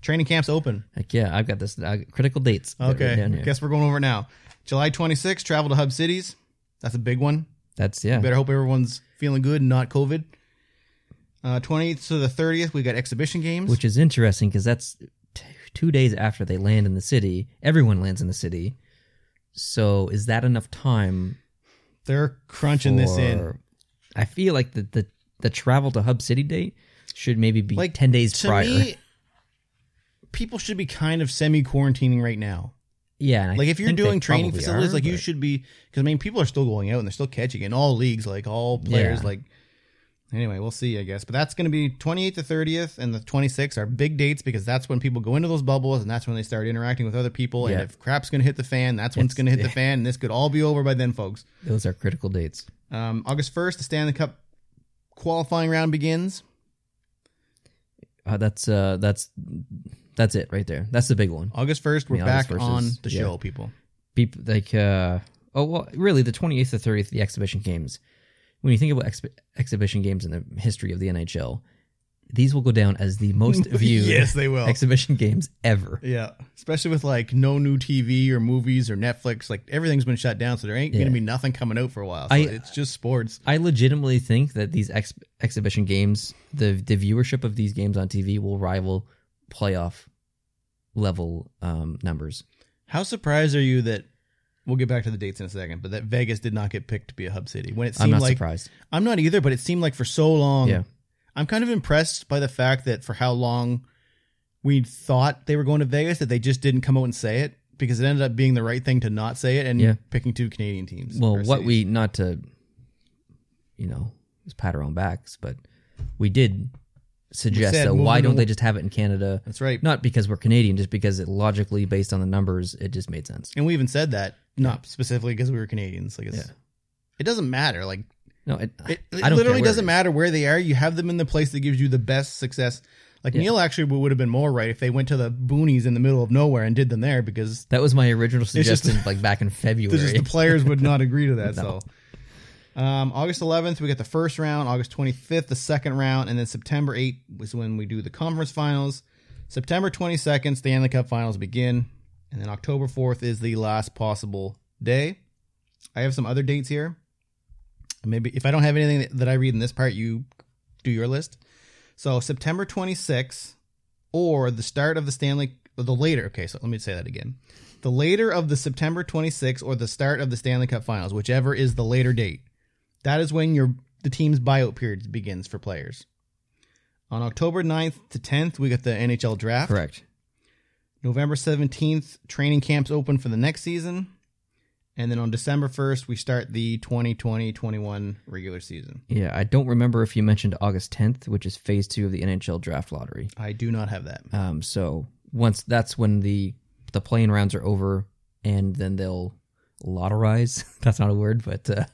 S1: training camps open.
S2: Heck yeah, I've got this I got critical dates. that are
S1: Okay,
S2: down here.
S1: guess we're going over it now. July 26th, travel to hub cities. That's a big one.
S2: that's yeah.
S1: Better hope everyone's feeling good and not COVID. Uh, 20th to the 30th, we got exhibition games.
S2: Which is interesting because that's t- two days after they land in the city. Everyone lands in the city. So is that enough time?
S1: They're crunching this in.
S2: for- I feel like the, the the travel to Hub City date should maybe be
S1: Like,
S2: ten days
S1: To
S2: prior.
S1: me, people should be kind of semi quarantining right now.
S2: yeah, and I
S1: like if you're
S2: think they
S1: doing training
S2: probably
S1: facilities
S2: are,
S1: like you
S2: but-
S1: should be because i mean people are still going out and they're still catching it in all leagues like all players
S2: Yeah.
S1: like anyway we'll see i guess but that's going to be 28th to 30th and the 26th are big dates because that's when people go into those bubbles and that's when they start interacting with other people
S2: Yeah.
S1: and if crap's going to hit the fan that's when it's,
S2: It's-
S1: going to hit the
S2: yeah.
S1: fan and this could all be over by then folks
S2: Those are critical dates.
S1: um, august 1st the stanley cup qualifying round begins
S2: Uh, that's uh, that's that's it right there. That's the big one.
S1: august 1st we're
S2: Yeah,
S1: back
S2: August 1st
S1: on
S2: is-
S1: the
S2: yeah.
S1: show people
S2: People like uh, oh well, really the twenty eighth to thirtieth, the exhibition games. When you think about exp- exhibition games in the history of the NHL, these will go down as the most viewed
S1: yes they will
S2: exhibition games ever.
S1: Yeah, especially with like no new TV or movies or Netflix, like everything's been shut down, so there ain't
S2: Yeah.
S1: gonna be nothing coming out for a while. So
S2: I-
S1: it's just sports.
S2: I legitimately think that these ex- exhibition games, the the viewership of these games on TV will rival playoff level um, numbers.
S1: How surprised are you that we'll get back to the dates in a second, but that Vegas did not get picked to be a hub city when it
S2: I'm
S1: seemed
S2: not
S1: like
S2: surprised.
S1: I'm not either, but it seemed like for so long.
S2: Yeah.
S1: I'm kind of impressed by the fact that for how long we thought they were going to Vegas, that they just didn't come out and say it because it ended up being the right thing to not say it and
S2: Yeah.
S1: picking two Canadian teams.
S2: well
S1: or
S2: what
S1: cities.
S2: we not to you know just pat our own backs but we did suggest
S1: said
S2: though
S1: moving
S2: why
S1: to-
S2: don't they just have it in canada
S1: that's right.
S2: not because we're canadian just because it logically based on the numbers it just made sense
S1: And we even said that, not specifically because we were Canadians. Like, it's,
S2: Yeah.
S1: it doesn't matter. Like,
S2: no it,
S1: it, it
S2: I don't
S1: literally
S2: care where
S1: doesn't
S2: it is.
S1: matter where they are. You have them in the place that gives you the best success. Like,
S2: Yeah.
S1: Neil actually would would have been more right if they went to the boonies in the middle of nowhere and did them there because
S2: that was my original
S1: just-
S2: suggestion like back in february
S1: this is the players would not agree to that. So, um, August 11th, we get the first round. August 25th, the second round. And then September 8th was when we do the conference finals. September 22nd, Stanley Cup finals begin. And then October 4th is the last possible day. I have some other dates here. Maybe if I don't have anything that I read in this part, you do your list. So September 26th or the start of the Stanley the later. Okay, so let me say that again. The later of the September 26th or the start of the Stanley Cup Finals, whichever is the later date. That is when your the team's buyout period begins for players. On October 9th to 10th, we got the NHL draft.
S2: Correct.
S1: November 17th, training camps open for the next season. And then on December 1st, we start the 2020 21 regular season.
S2: Yeah, I don't remember if you mentioned August 10th, which is phase two of the NHL draft lottery.
S1: I do not have that.
S2: Um, so once that's when the the playing rounds are over, and then they'll lotterize. that's not a word, but uh,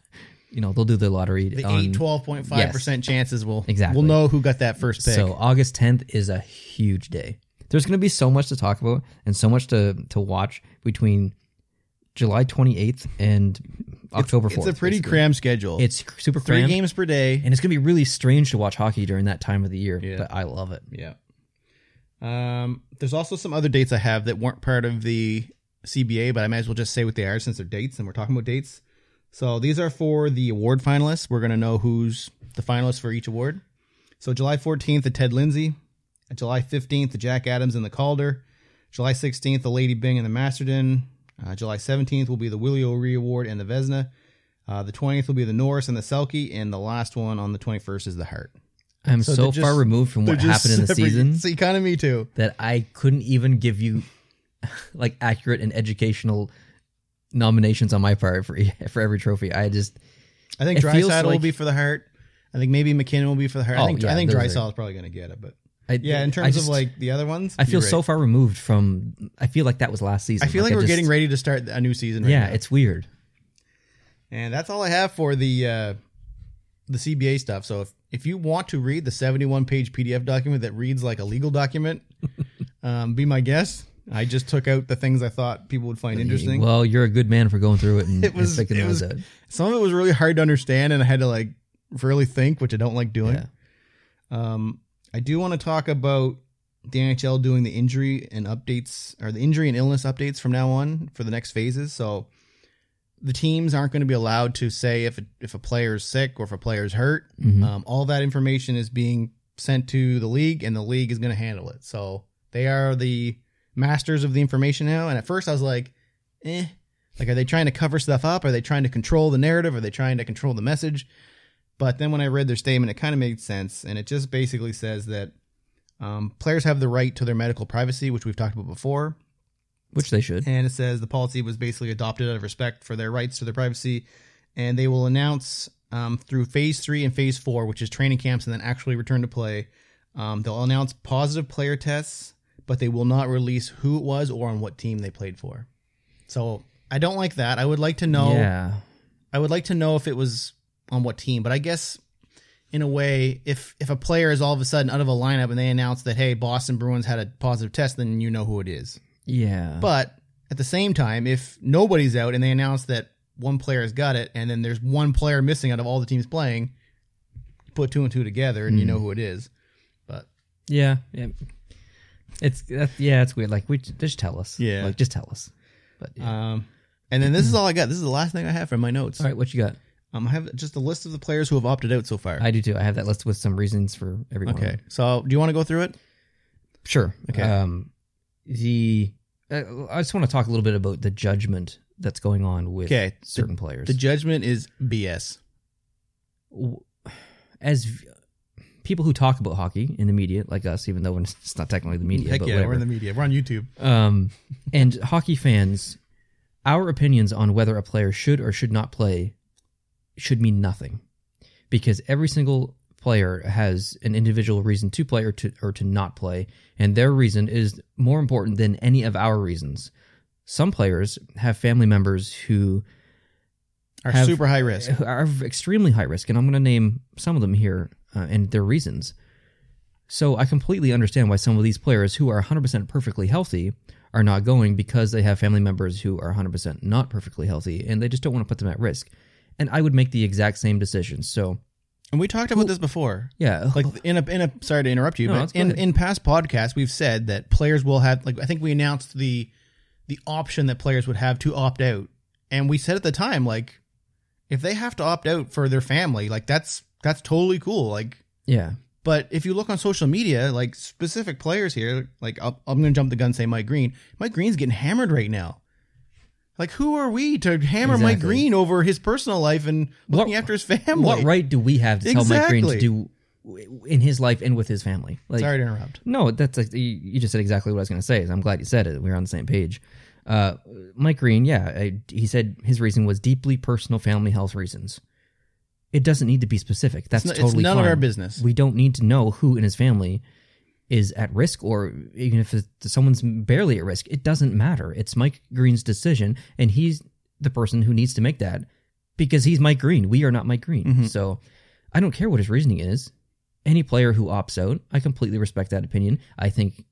S2: you know they'll do the lottery.
S1: The
S2: on-
S1: 8 12.5% chances will
S2: Um, Exactly.
S1: we'll know who got that first pick.
S2: So August 10th is a huge day. There's going to be so much to talk about and so much to to watch between July 28th and October 4th.
S1: it's a pretty
S2: basically.
S1: cram schedule.
S2: It's super
S1: three
S2: cramped,
S1: games per day.
S2: and it's going to be really strange to watch hockey during that time of the year.
S1: Yeah.
S2: But I love it.
S1: Yeah. Um, there's also some other dates I have that weren't part of the CBA, but I might as well just say what they are since they're dates and we're talking about dates. So these are for the award finalists. We're going to know who's the finalists for each award. So July 14th, the Ted Lindsay. July 15th, the Jack Adams and the Calder. July 16th, the Lady Bing and the Masterton. Uh, July 17th will be the Willie O'Ree Award and the Vesna. Uh, the 20th will be the Norris and the Selkie. And the last one on the 21st is the Hart.
S2: I'm
S1: So
S2: so,
S1: they're
S2: far
S1: just-
S2: removed from what
S1: They're just
S2: happened in the
S1: separate-
S2: season
S1: See, kind of me too.
S2: that I couldn't even give you like accurate and educational nominations on my part for e, for every trophy. I just
S1: I think
S2: It feels
S1: Drysdale will
S2: like-
S1: be for the heart. I think maybe McKinnon will be for the heart. I
S2: Oh,
S1: think
S2: yeah,
S1: I think
S2: those are-
S1: Drysdale is probably going to get it, but
S2: I,
S1: yeah,
S2: I
S1: in terms
S2: just-
S1: of like the other ones,
S2: I feel
S1: you're right.
S2: so far removed from. I feel like that was last season.
S1: I feel like, we're
S2: just-
S1: getting ready to start a new season. Right
S2: Yeah,
S1: now.
S2: it's weird.
S1: and that's all I have for the uh, the CBA stuff. So if if you want to read the seventy one page PDF document that reads like a legal document, um, be my guest. I just took out the things I thought people would find interesting.
S2: Well, you're a good man for going through it and,
S1: It was-
S2: and picking
S1: it
S2: those
S1: was-
S2: out.
S1: Some of it was really hard to understand, and I had to like really think, which I don't like doing.
S2: Yeah.
S1: Um, I do want to talk about the NHL doing the injury and updates, or the injury and illness updates from now on for the next phases. So the teams aren't going to be allowed to say if a, if a player is sick or if a player is hurt.
S2: Mhm.
S1: Um, all that information is being sent to the league, and the league is going to handle it. So they are the masters of the information now. And at first, I was like, eh. Like, are they trying to cover stuff up? Are they trying to control the narrative? Are they trying to control the message? But then when I read their statement, it kind of made sense. And it just basically says that um, players have the right to their medical privacy, which we've talked about before.
S2: Which they should.
S1: And it says the policy was basically adopted out of respect for their rights to their privacy. And they will announce um, through phase three and phase four, which is training camps and then actually return to play. Um, they'll announce positive player tests, but they will not release who it was or on what team they played for. So I don't like that. I would like to know.
S2: Yeah.
S1: I would like to know if it was on what team, but I guess in a way, if if a player is all of a sudden out of a lineup and they announce that hey, Boston Bruins had a positive test, then you know who it is.
S2: Yeah.
S1: But at the same time, if nobody's out and they announce that one player has got it, and then there's one player missing out of all the teams playing, put two and two together, and you
S2: Hmm.
S1: know who it is. But
S2: yeah. Yeah. It's that, yeah, it's weird. Like we just tell us.
S1: Yeah.
S2: Like just tell us. But yeah.
S1: um, and then this is all I got. This is the last thing I have from my notes.
S2: all right, what you got?
S1: Um, I have just a list of the players who have opted out so far.
S2: I do too. I have that list with some reasons for everyone.
S1: okay, so do you want to go through it?
S2: Sure.
S1: Okay.
S2: Um, the uh, I just want to talk a little bit about the judgment that's going on with
S1: Okay, the-
S2: certain players.
S1: The judgment is BS.
S2: w- as v- people who talk about hockey in the media, like us, even though we're- it's not technically the media,
S1: Heck
S2: but
S1: yeah,
S2: whatever.
S1: we're in the media. We're on YouTube.
S2: um, and hockey fans, our opinions on whether a player should or should not play should mean nothing, because every single player has an individual reason to play or to or to not play, and their reason is more important than any of our reasons. Some players have family members who
S1: Are
S2: Have-
S1: super high risk.
S2: who are of extremely high risk, and I'm going to name some of them here uh, and their reasons. So I completely understand why some of these players who are 100% perfectly healthy are not going because they have family members who are 100% not perfectly healthy, and they just don't want to put them at risk. And I would make the exact same decision. So
S1: And we talked about this before.
S2: yeah,
S1: like in a in a sorry to interrupt you,
S2: Oh. No,
S1: but
S2: that's
S1: in,
S2: good.
S1: in past podcasts we've said that players will have like I think we announced the the option that players would have to opt out, and we said at the time like if they have to opt out for their family, like that's that's totally cool. Like
S2: yeah,
S1: But if you look on social media, like specific players here, like I'll, I'm going to jump the gun, and say Mike Green. Mike Green's getting hammered right now. Like, who are we to hammer Mike
S2: Exactly.
S1: Green over his personal life and looking
S2: What-
S1: after his family?
S2: What right do we have to tell Mike Green to
S1: Exactly.
S2: do w- in his life and with his family? Like,
S1: Sorry to interrupt.
S2: No, that's like, you, you just said exactly what I was going to say. so I'm glad you said it. We were on the same page. Uh, Mike Green, yeah, I, he said his reason was deeply personal family health reasons. It doesn't need to be specific. That's
S1: It's, n- it's
S2: totally
S1: none of
S2: fine.
S1: our business.
S2: We don't need to know who in his family is at risk, or even if it's- someone's barely at risk, it doesn't matter. It's Mike Green's decision, and he's the person who needs to make that because he's Mike Green. We are not Mike Green.
S1: Mhm.
S2: So I don't care what his reasoning is. Any player who opts out, I completely respect that opinion. I think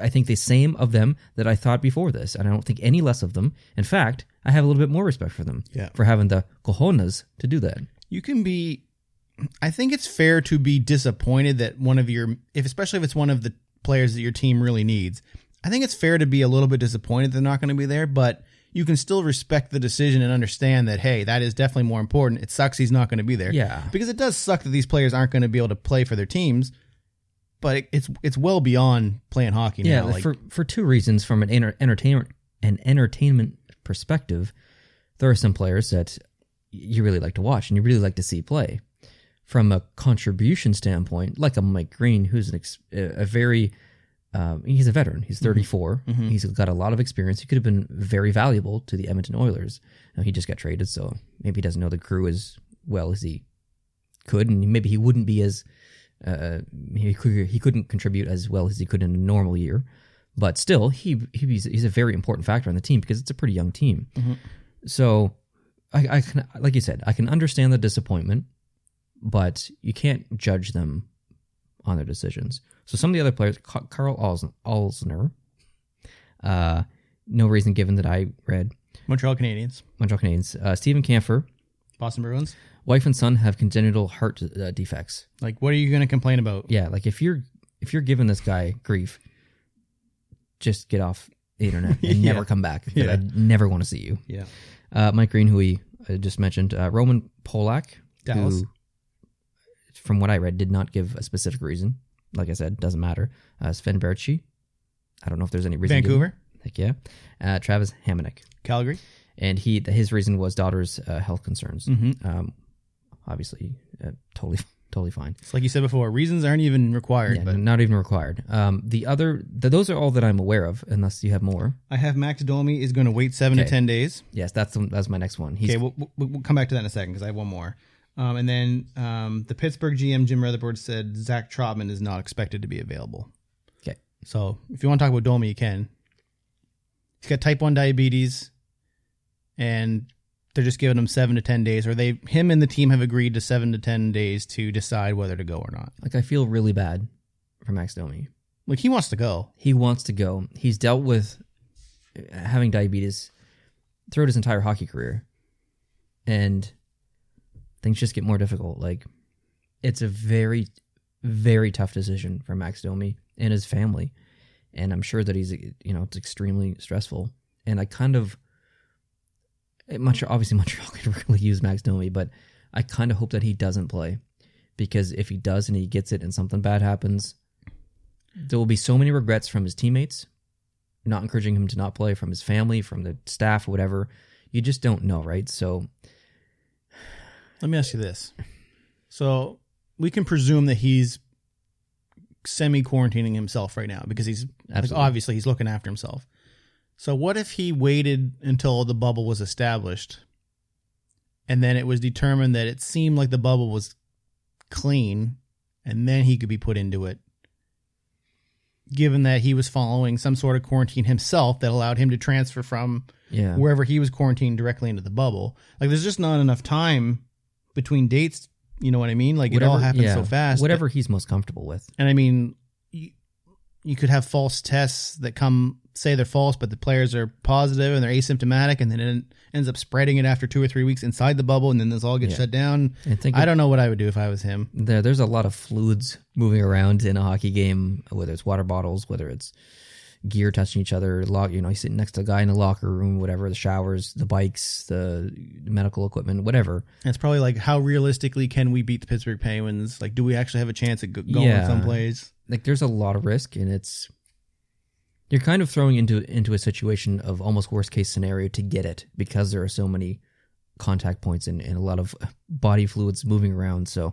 S2: I think the same of them that I thought before this, and I don't think any less of them. In fact, I have a little bit more respect for them
S1: Yeah.
S2: for having the cojones to do that.
S1: you can be i think it's fair to be disappointed that one of your if especially if it's one of the players that your team really needs i think it's fair to be a little bit disappointed they're not going to be there but you can still respect the decision and understand that hey that is definitely more important it sucks he's not going to be there
S2: Yeah.
S1: because it does suck that these players aren't going to be able to play for their teams but it, it's it's well beyond playing hockey
S2: yeah,
S1: now like
S2: for for two reasons. From an enter- entertainment an entertainment perspective, there are some players that you really like to watch and you really like to see play. From a contribution standpoint, like a Mike Green, who's an ex- a a very um, he's a veteran. He's
S1: Mm-hmm.
S2: 34. He's got a lot of experience. He could have been very valuable to the Edmonton Oilers. Now he just got traded, so maybe he doesn't know the crew as well as he could, and maybe he wouldn't be as uh, he could, he couldn't contribute as well as he could in a normal year. But still, he he's, he's a very important factor on the team because it's a pretty young team. So, I, I can like you said, I can understand the disappointment, but you can't judge them on their decisions. So some of the other players, Ca- Carl Als- Alsner, uh, no reason given that I read
S1: montreal canadiens
S2: Montreal Canadiens, uh, Stephen Camphor,
S1: boston bruins
S2: wife and son have congenital heart uh, defects.
S1: like what are you going to complain about
S2: Yeah, like if you're if you're giving this guy grief, just get off the internet and
S1: Yeah.
S2: never come back. 'cause
S1: Yeah.
S2: I never want to see you.
S1: yeah
S2: Uh, Mike Green, who we uh, just mentioned, uh, Roman Polak,
S1: Dallas.
S2: who, from what I read, did not give a specific reason. Like I said, doesn't matter. Uh, Sven Berchi, I don't know if there's any reason. given.
S1: vancouver
S2: Heck yeah. Uh, Travis Hammonick,
S1: calgary
S2: and he his reason was daughter's uh, health concerns.
S1: Mhm.
S2: Um, obviously, uh, totally totally fine.
S1: it's like you said before reasons aren't even required
S2: Yeah,
S1: but
S2: not even required. Um, the other, th those are all that I'm aware of, unless you have more.
S1: I have Max Domi is going to wait seven
S2: Okay.
S1: to ten days.
S2: Yes, that's the- that's my next one. He's
S1: Okay, we'll, we'll, we'll come back to that in a second because I have one more. Um, and then um, the Pittsburgh GM Jim Rutherford said Zach Trotman is not expected to be available.
S2: okay.
S1: So if you want to talk about Domi, you can. He's got type one diabetes, and they're just giving him seven to ten days, or they him and the team have agreed to seven to ten days to decide whether to go or not.
S2: Like I feel really bad for Max Domi.
S1: Like he wants to go.
S2: He wants to go. He's dealt with having diabetes throughout his entire hockey career, and things just get more difficult. Like it's a very, very tough decision for Max Domi and his family, and I'm sure that he's you know it's extremely stressful. And I kind of, eh, Montreal obviously Montreal could really use Max Domi, but I kind of hope that he doesn't play because if he does and he gets it and something bad happens, there will be so many regrets from his teammates, not encouraging him to not play, from his family, from the staff, whatever. You just don't know, right? So
S1: Let me ask you this. So we can presume that he's semi quarantining himself right now because he's like,
S2: Absolutely.
S1: obviously he's looking after himself. So what if he waited until the bubble was established and then it was determined that it seemed like the bubble was clean and then he could be put into it? Given that he was following some sort of quarantine himself that allowed him to transfer from
S2: yeah,
S1: wherever he was quarantined directly into the bubble. Like there's just not enough time between dates. You know what I mean? Like it all happens
S2: yeah,
S1: so fast.
S2: Whatever he's most comfortable with.
S1: And I mean, you, you could have false tests that come say they're false, but the players are positive and they're asymptomatic, and then it ends up spreading it after two or three weeks inside the bubble, and then this all gets
S2: Yeah.
S1: shut down.
S2: And think
S1: I don't know what I would do if I was him.
S2: there, there's a lot of fluids moving around in a hockey game, whether it's water bottles, whether it's gear touching each other. Lock, you know, he's sitting next to a guy in the locker room, whatever. The showers, the bikes, the medical equipment, whatever.
S1: It's probably like how realistically can we beat the Pittsburgh Penguins? Like, do we actually have a chance at go- going
S2: Yeah.
S1: someplace?
S2: Like there's a lot of risk, and it's you're kind of throwing into into a situation of almost worst case scenario to get it because there are so many contact points and, and a lot of body fluids moving around. So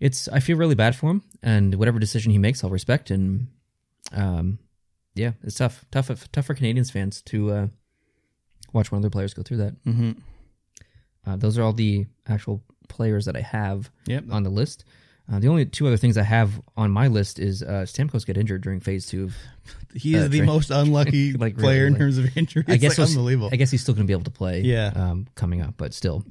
S2: it's I feel really bad for him, and whatever decision he makes, I'll respect. And um, yeah, it's tough, tough, tough for Canadians fans to uh, watch one of their players go through that.
S1: Mm-hmm.
S2: Uh, those are all the actual players that I have
S1: Yep.
S2: on the list. Uh, the only two other things I have on my list is uh, Stamkos got injured during phase two. Of,
S1: He is
S2: Uh,
S1: the
S2: drink-
S1: most unlucky
S2: Like, really,
S1: player in
S2: like-
S1: terms of injuries.
S2: I guess
S1: like,
S2: he'll-
S1: unbelievable.
S2: I guess he's still going to be able to play.
S1: Yeah.
S2: um, coming up, but still,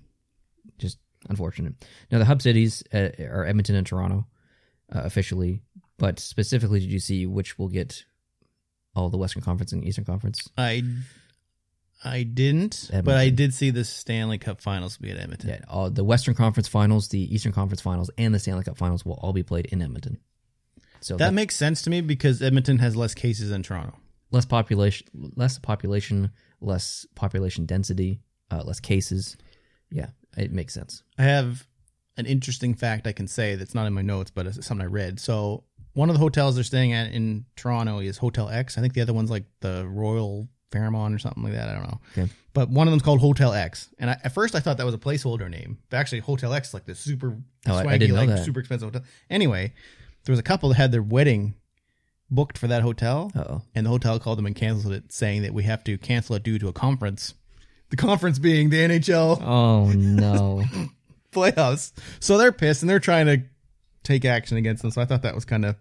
S2: just unfortunate. Now the hub cities uh, are Edmonton and Toronto uh, officially, but specifically, did you see which will get all the Western Conference and Eastern Conference?
S1: I I didn't, but I
S2: Edmonton.
S1: did see the Stanley Cup Finals be at Edmonton.
S2: Yeah, all the Western Conference Finals, the Eastern Conference Finals, and the Stanley Cup Finals will all be played in Edmonton. So
S1: That makes sense to me because Edmonton has less cases than Toronto.
S2: less population, less population, less population density, uh, less cases. Yeah, it makes sense.
S1: I have an interesting fact I can say that's not in my notes, but it's something I read. So one of the hotels they're staying at in Toronto is Hotel X. I think the other one's like the Royal Fairmont or something like that. I don't know.
S2: Okay.
S1: But one of them's called Hotel X, and I, at first I thought that was a placeholder name. But actually, Hotel X is like this super
S2: Oh, I- I
S1: swanky,
S2: didn't know
S1: like
S2: that.
S1: super expensive hotel. Anyway, there was a couple that had their wedding booked for that hotel,
S2: Uh oh.
S1: and the hotel called them and canceled it, saying that we have to cancel it due to a conference. The conference being the NHL
S2: Oh no.
S1: playoffs. So they're pissed and they're trying to take action against them. So I thought that was kind of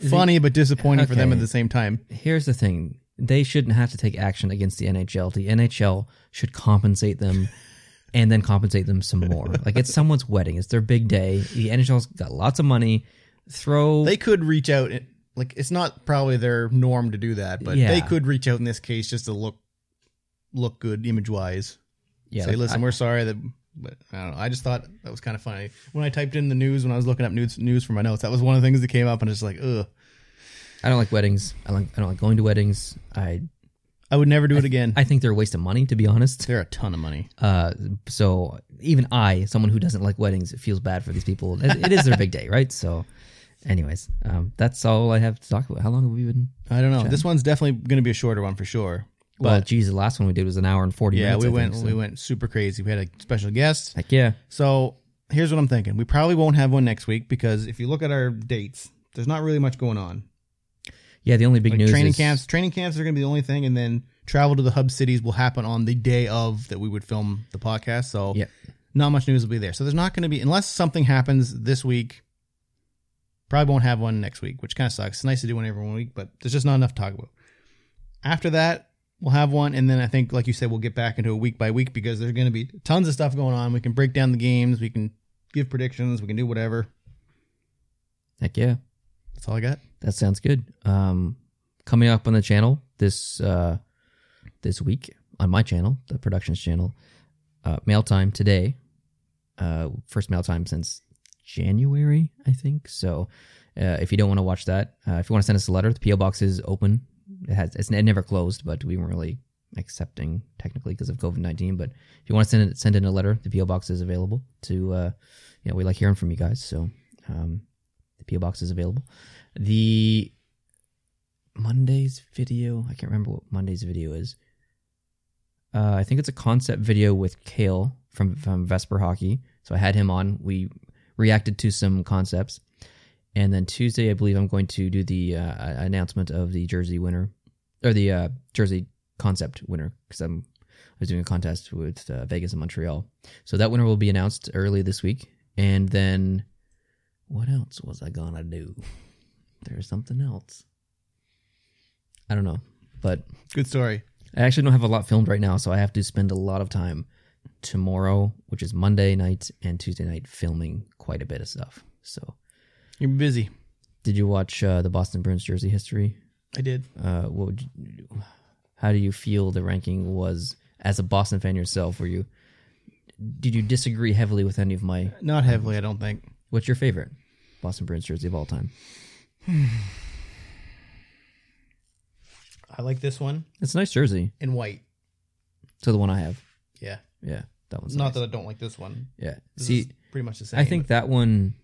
S1: funny but disappointing for them
S2: Okay.
S1: at the same time.
S2: Here's the thing: they shouldn't have to take action against the NHL. The NHL should compensate them, and then compensate them some more. Like it's someone's wedding; it's their big day. The NHL's got lots of money. Throw
S1: They could reach out and like it's not probably their norm to do that, but they
S2: Yeah.
S1: could reach out in this case just to look look good image wise.
S2: yeah.
S1: Say,
S2: like,
S1: listen, we're sorry that but I don't know. I just thought that was kind of funny. When I typed in the news when I was looking up news news for my notes, that was one of the things that came up and just like, ugh.
S2: I, I don't like weddings. I like I don't like going to weddings. I
S1: I would never do it again.
S2: I think they're a waste of money, to be honest.
S1: They're a ton of money.
S2: Uh, so even I, someone who doesn't like weddings, it feels bad for these people. It, it is their big day, right? So, anyways, um, that's all I have to talk about. How long have we been?
S1: I don't know. This one's definitely gonna be a shorter one for sure.
S2: well, geez, the last one we did was an hour and forty
S1: Yeah,
S2: minutes.
S1: we
S2: I
S1: went
S2: think, so-
S1: we went super crazy. We had a special guest.
S2: Heck yeah,
S1: So here's what I'm thinking. We probably won't have one next week because if you look at our dates, there's not really much going on.
S2: yeah. The only big
S1: Like
S2: news
S1: training
S2: is,
S1: camps training camps are gonna be the only thing and then travel to the hub cities will happen on the day of that we would film the podcast. So
S2: Yeah.
S1: not much news will be there. So there's not gonna be unless something happens this week, probably won't have one next week, which kinda sucks. It's nice to do one every one week, but there's just not enough to talk about. After that, we'll have one and then i think like you said we'll get back into a week by week because there's going to be tons of stuff going on we can break down the games we can give predictions we can do whatever
S2: Heck yeah,
S1: that's all i got
S2: that sounds good. Um, coming up on the channel this uh, this week on my channel, the productions channel, uh, mail time today. Uh, first mail time since January, I think. So, uh, if you don't want to watch that, uh, if you want to send us a letter, the PO box is open. It has it's it never closed, but we weren't really accepting technically because of COVID nineteen. But if you want to send it, send in a letter, the PO box is available to. Uh, you know, we like hearing from you guys, so um, the PO box is available. The Monday's video, I can't remember what Monday's video is. Uh, I think it's a concept video with Kale from from Vesper Hockey. So I had him on. We reacted to some concepts, and then Tuesday, I believe I'm going to do the uh, announcement of the jersey winner or the uh, jersey concept winner because I'm I was doing a contest with uh, Vegas and Montreal. So that winner will be announced early this week, and then what else was I gonna do? There's something else. I don't know, but
S1: good story
S2: I actually don't have a lot filmed right now, so I have to spend a lot of time tomorrow, which is Monday night and Tuesday night, filming quite a bit of stuff. So,
S1: you're busy
S2: did you watch uh, the Boston Bruins jersey history?
S1: i did
S2: Uh, what would you, how do you feel the ranking was as a Boston fan yourself? Were you did you disagree heavily with any of my?
S1: not heavily i don't think
S2: What's your favorite Boston Bruins jersey of all time?
S1: I like this one
S2: It's a nice jersey
S1: in white.
S2: to the one I have.
S1: Yeah,
S2: Yeah, that one's
S1: not
S2: nice.
S1: that I don't like this one.
S2: yeah.
S1: This
S2: See,
S1: is pretty much the same.
S2: I think that one,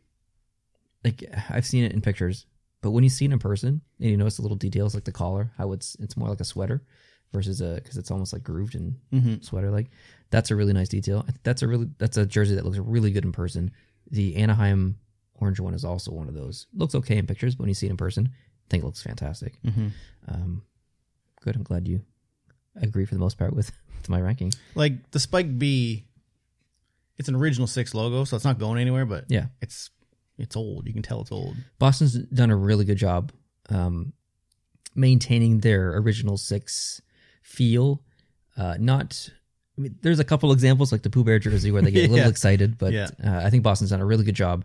S2: like I've seen it in pictures, but when you see it in person and you notice the little details, like the collar, how it's it's more like a sweater versus a because it's almost like grooved and
S1: Mhm.
S2: sweater like. That's a really nice detail. That's a really that's a jersey that looks really good in person. The Anaheim orange one is also one of those. Looks okay in pictures, but when you see it in person, I think it looks fantastic.
S1: Mhm.
S2: Um, good. I'm glad you agree for the most part with, with my ranking.
S1: like the Spike B. It's an original six logo, so it's not going anywhere. But
S2: Yeah.
S1: it's it's old. You can tell it's old.
S2: Boston's done a really good job um, maintaining their original six feel. Uh, not, I mean, there's a couple examples like the Pooh Bear jersey where they get a little
S1: Yeah.
S2: excited, but
S1: Yeah.
S2: uh, I think Boston's done a really good job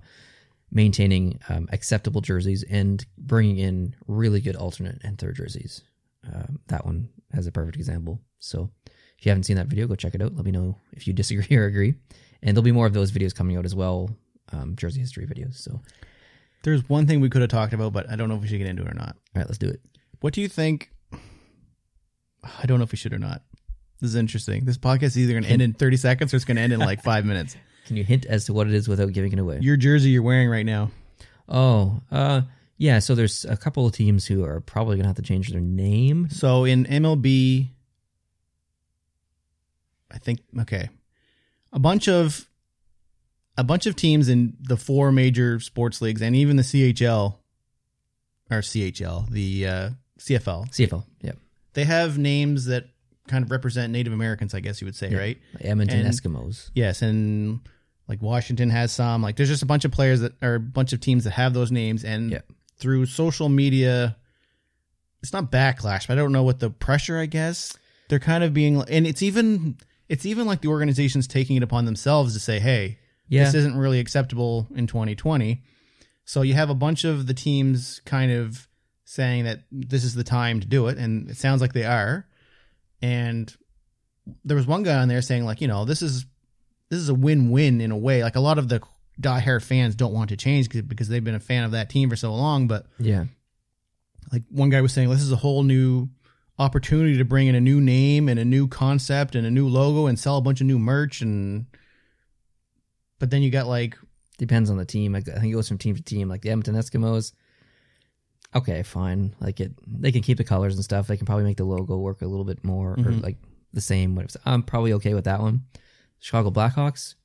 S2: maintaining um, acceptable jerseys and bringing in really good alternate and third jerseys. Um, that one has a perfect example. So if you haven't seen that video, go check it out. Let me know if you disagree or agree. And there'll be more of those videos coming out as well, um, jersey history videos. So, all
S1: There's one thing we could have talked about, but I don't know if we should get into it or not.
S2: right, let's do it.
S1: What do you think? I don't know if we should or not. This is interesting. This podcast is either going to end in 30 seconds or it's going to end in like five minutes.
S2: Can you hint as to what it is without giving it away?
S1: Your jersey you're wearing right now.
S2: oh, uh, yeah. So there's a couple of teams who are probably gonna have to change their name.
S1: So in MLB, I think okay, a bunch of a bunch of teams in the four major sports leagues and even the CHL or CHL, the uh, CFL,
S2: CFL. Yep.
S1: they have names that kind of represent Native Americans, I guess you would say,
S2: Yeah.
S1: right?
S2: Edmonton
S1: And-
S2: Eskimos.
S1: Yes, and like Washington has some. Like there's just a bunch of players that are a bunch of teams that have those names, and
S2: Yeah.
S1: through social media, it's not backlash, but I don't know what the pressure. I guess they're kind of being, and it's even it's even like the organization's taking it upon themselves to say, hey,
S2: Yeah.
S1: this isn't really acceptable in 2020. So you have a bunch of the teams kind of saying that this is the time to do it, and it sounds like they are. And there was one guy on there saying like, you know, this is this is a win-win in a way. Like a lot of the die-hard fans don't want to change 'cause- because they've been a fan of that team for so long, but
S2: yeah.
S1: like one guy was saying this is a whole new opportunity to bring in a new name and a new concept and a new logo and sell a bunch of new merch and but then you got like
S2: Depends on the team. Like, I think it goes from team to team. Like the Edmonton Eskimos. Okay, fine. Like it, they can keep the colors and stuff. They can probably make the logo work a little bit more or
S1: Mhm.
S2: like the same. What if I'm probably okay with that one. Chicago Blackhawks.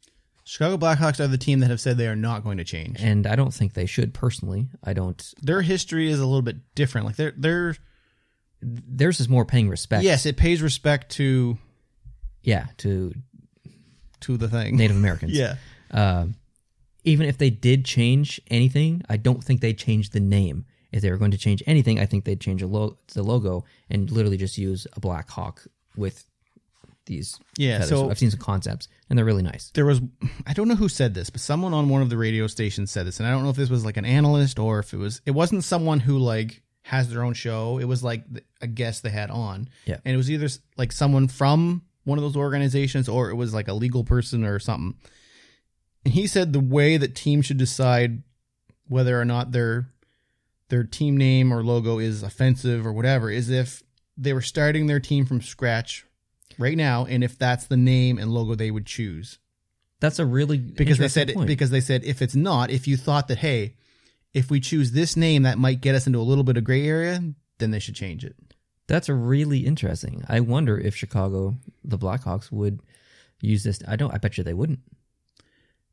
S1: Chicago Blackhawks are the team that have said they are not going to change.
S2: And I don't think they should personally. I don't.
S1: Their history is a little bit different. Like they're they're
S2: Theirs is more paying respect.
S1: yes, it pays respect to
S2: Yeah. To
S1: to the thing.
S2: Native Americans.
S1: Yeah.
S2: Um, even if they did change anything, I don't think they changed the name. If they were going to change anything, I think they'd change the, lo- the logo and literally just use a black hawk with these.
S1: Yeah,
S2: feathers.
S1: so-
S2: I've seen some concepts, and they're really nice.
S1: There was I don't know who said this, but someone on one of the radio stations said this, and I don't know if this was like an analyst or if it was it wasn't someone who like has their own show. It was like th- a guest they had on.
S2: Yeah.
S1: And it was either s- like someone from one of those organizations or it was like a legal person or something. And he said the way that teams should decide whether or not their their team name or logo is offensive or whatever is if they were starting their team from scratch right now and if that's the name and logo they would choose
S2: That's a really
S1: because they
S2: interesting
S1: said
S2: point.
S1: because they said if it's not if you thought that hey if we choose this name that might get us into a little bit of gray area then they should change it
S2: That's a really interesting. I wonder if Chicago, the Blackhawks, would use this. I don't. I bet you they wouldn't.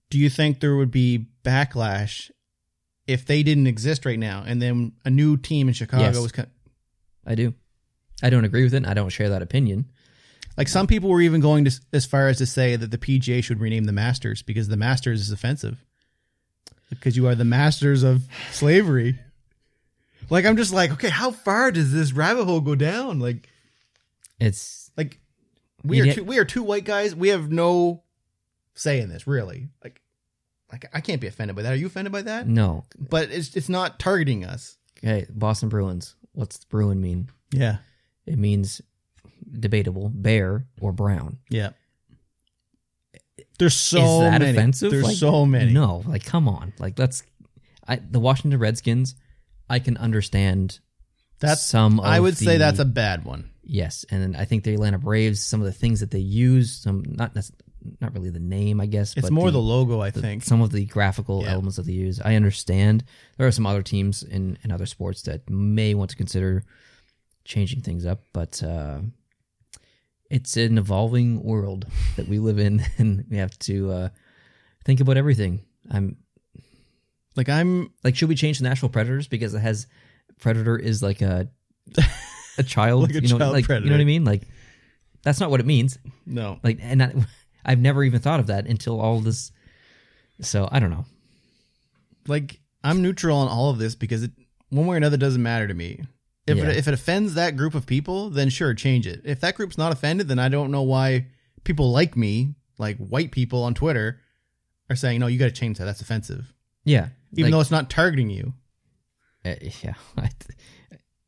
S1: do you think there would be backlash if they didn't exist right now and then a new team in chicago
S2: Yes.
S1: was co-
S2: I do. I don't agree with it. and I don't share that opinion.
S1: like some people were even going to, s- as far as to say that the pga should rename the masters because the masters is offensive because you are the masters of slavery like i'm just like okay how far does this rabbit hole go down like
S2: It's
S1: Like we
S2: You
S1: are
S2: get-
S1: two, we are two white guys. We have no say in this, really. Like, like I can't be offended by that. Are you offended by that?
S2: no.
S1: But it's it's not targeting us.
S2: Okay, Boston Bruins. What's Bruin mean?
S1: Yeah,
S2: It means debatable, bear or brown.
S1: yeah. There's so
S2: Is that
S1: many.
S2: offensive?
S1: There's
S2: Like,
S1: so many.
S2: No, like come on, like let's. I the Washington Redskins. I can understand
S1: That's
S2: some. Of
S1: I would say
S2: the-
S1: that's a bad one.
S2: Yes, and then I think the Atlanta Braves, some of the things that they use, some not that's not really the name, I guess.
S1: It's
S2: but
S1: more the,
S2: the,
S1: logo, I think.
S2: some of the graphical
S1: Yeah.
S2: elements that they use. I understand there are some other teams in in other sports that may want to consider changing things up, but uh, it's an evolving world that we live in, and we have to uh, think about everything. I'm
S1: Like I'm
S2: like, should we change the National Predators because it has Predator is like a a child,
S1: Like a
S2: you know,
S1: child
S2: like you
S1: predator.
S2: know what I mean? Like that's not what it means.
S1: no.
S2: Like, and that, I've never even thought of that until all this. So I don't know.
S1: Like I'm neutral on all of this because it one way or another doesn't matter to me. If
S2: Yeah.
S1: it, if it offends that group of people, then sure, change it. If that group's not offended, then I don't know why people like me, like white people on Twitter, are saying no. You got to change that. That's offensive,
S2: Yeah,
S1: even though it's not targeting you.
S2: though Eh, yeah, I-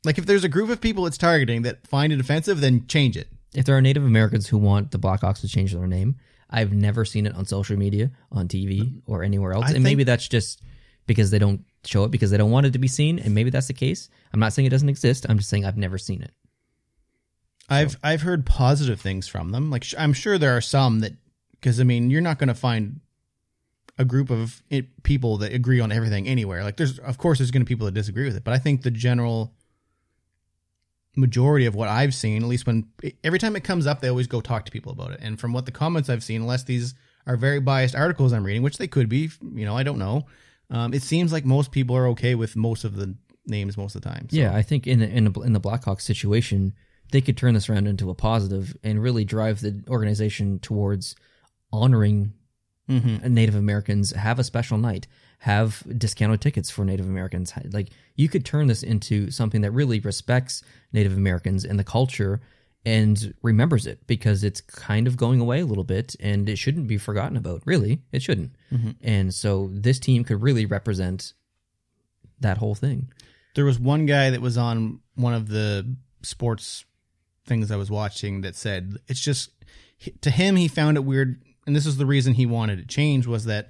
S1: Like if there's a group of people it's targeting that find it offensive, then change it.
S2: if there are Native Americans who want the Blackhawks to change their name, I've never seen it on social media, on TV, or anywhere else.
S1: Mm. I
S2: and
S1: think-
S2: maybe that's just because they don't show it because they don't want it to be seen. And maybe that's the case. I'm not saying it doesn't exist. I'm just saying I've never seen it.
S1: I've I've heard positive things from them. Like sh- I'm sure there are some that because I mean you're not going to find a group of it, people that agree on everything anywhere. Like there's of course there's going to be people that disagree with it, but I think the general majority of what I've seen, at least when e, every time it comes up, they always go talk to people about it. And from what the comments I've seen, unless these are very biased articles I'm reading, which they could be, you know, I don't know. Um, it seems like most people are okay with most of the names most of the time. So.
S2: Yeah, I think in the, in the, in the Blackhawks situation, they could turn this around into a positive and really drive the organization towards honoring
S1: Mm-hmm.
S2: Native Americans. Have a special night. Have discounted tickets for Native Americans. Ha- Like you could turn this into something that really respects Native Americans and the culture and remembers it because it's kind of going away a little bit and it shouldn't be forgotten about. Really, it shouldn't.
S1: Mm-hmm.
S2: And so this team could really represent that whole thing.
S1: There was one guy that was on one of the sports things I was watching that said it's just he- to him he found it weird, and this is the reason he wanted it changed was that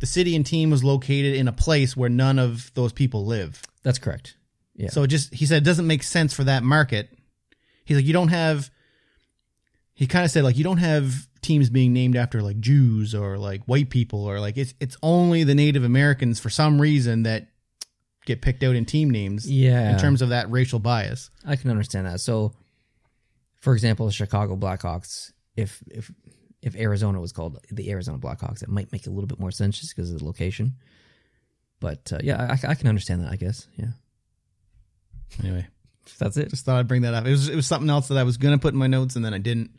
S1: the city and team was located in a place where none of those people live.
S2: That's correct. Yeah.
S1: So it just he said it doesn't make sense for that market. He's like you don't have. He kind of said like you don't have teams being named after like Jews or like white people or like it's it's only the Native Americans for some reason that get picked out in team names
S2: Yeah.
S1: in terms of that racial bias.
S2: I can understand that. So, for example, the Chicago Blackhawks. If if if Arizona was called the Arizona Blackhawks, it might make a little bit more sense just because of the location. But uh, yeah, I, I can understand that. I guess. Yeah,
S1: Anyway,
S2: that's it.
S1: just thought I'd bring that up. It was it was something else that I was gonna put in my notes and then I didn't.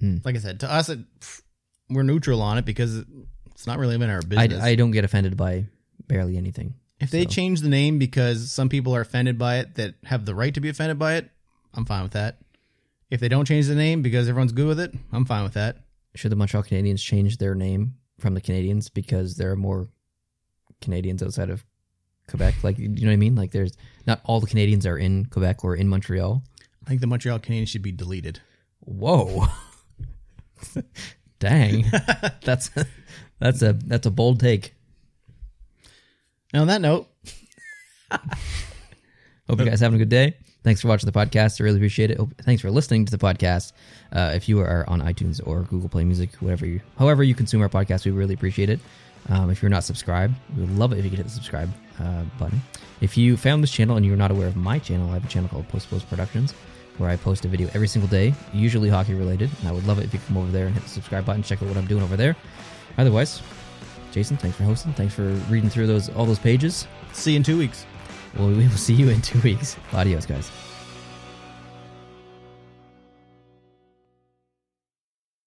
S2: Hmm.
S1: Like I said, to us, it, we're neutral on it because it's not really been our
S2: I,
S1: business.
S2: I don't get offended by barely anything.
S1: if they
S2: so.
S1: change the name because some people are offended by it that have the right to be offended by it, I'm fine with that. If they don't change the name because everyone's good with it, I'm fine with that.
S2: Should the Montreal Canadiens change their name from the Canadians because there are more Canadians outside of Quebec? Like, you know what I mean? Like, there's not all the Canadians are in Quebec or in Montreal.
S1: I think the Montreal Canadiens should be deleted.
S2: Whoa. Dang. that's that's a that's a bold take.
S1: And on that note,
S2: Hope you guys having a good day. Thanks for watching the podcast. I really appreciate it. Hope, thanks for listening to the podcast. Uh, if you are on iTunes or Google Play Music, whatever you, however you consume our podcast, we really appreciate it. Um, if you're not subscribed, we would love it if you could hit the subscribe uh, button. If you found this channel and you're not aware of my channel, I have a channel called Post Post Productions where I post a video every single day, usually hockey related. And I would love it if you come over there and hit the subscribe button, check out what I'm doing over there. Otherwise, Jason, thanks for hosting. Thanks for reading through those all those pages.
S1: see you in two weeks.
S2: Well, we will see you in two weeks. Adios, guys.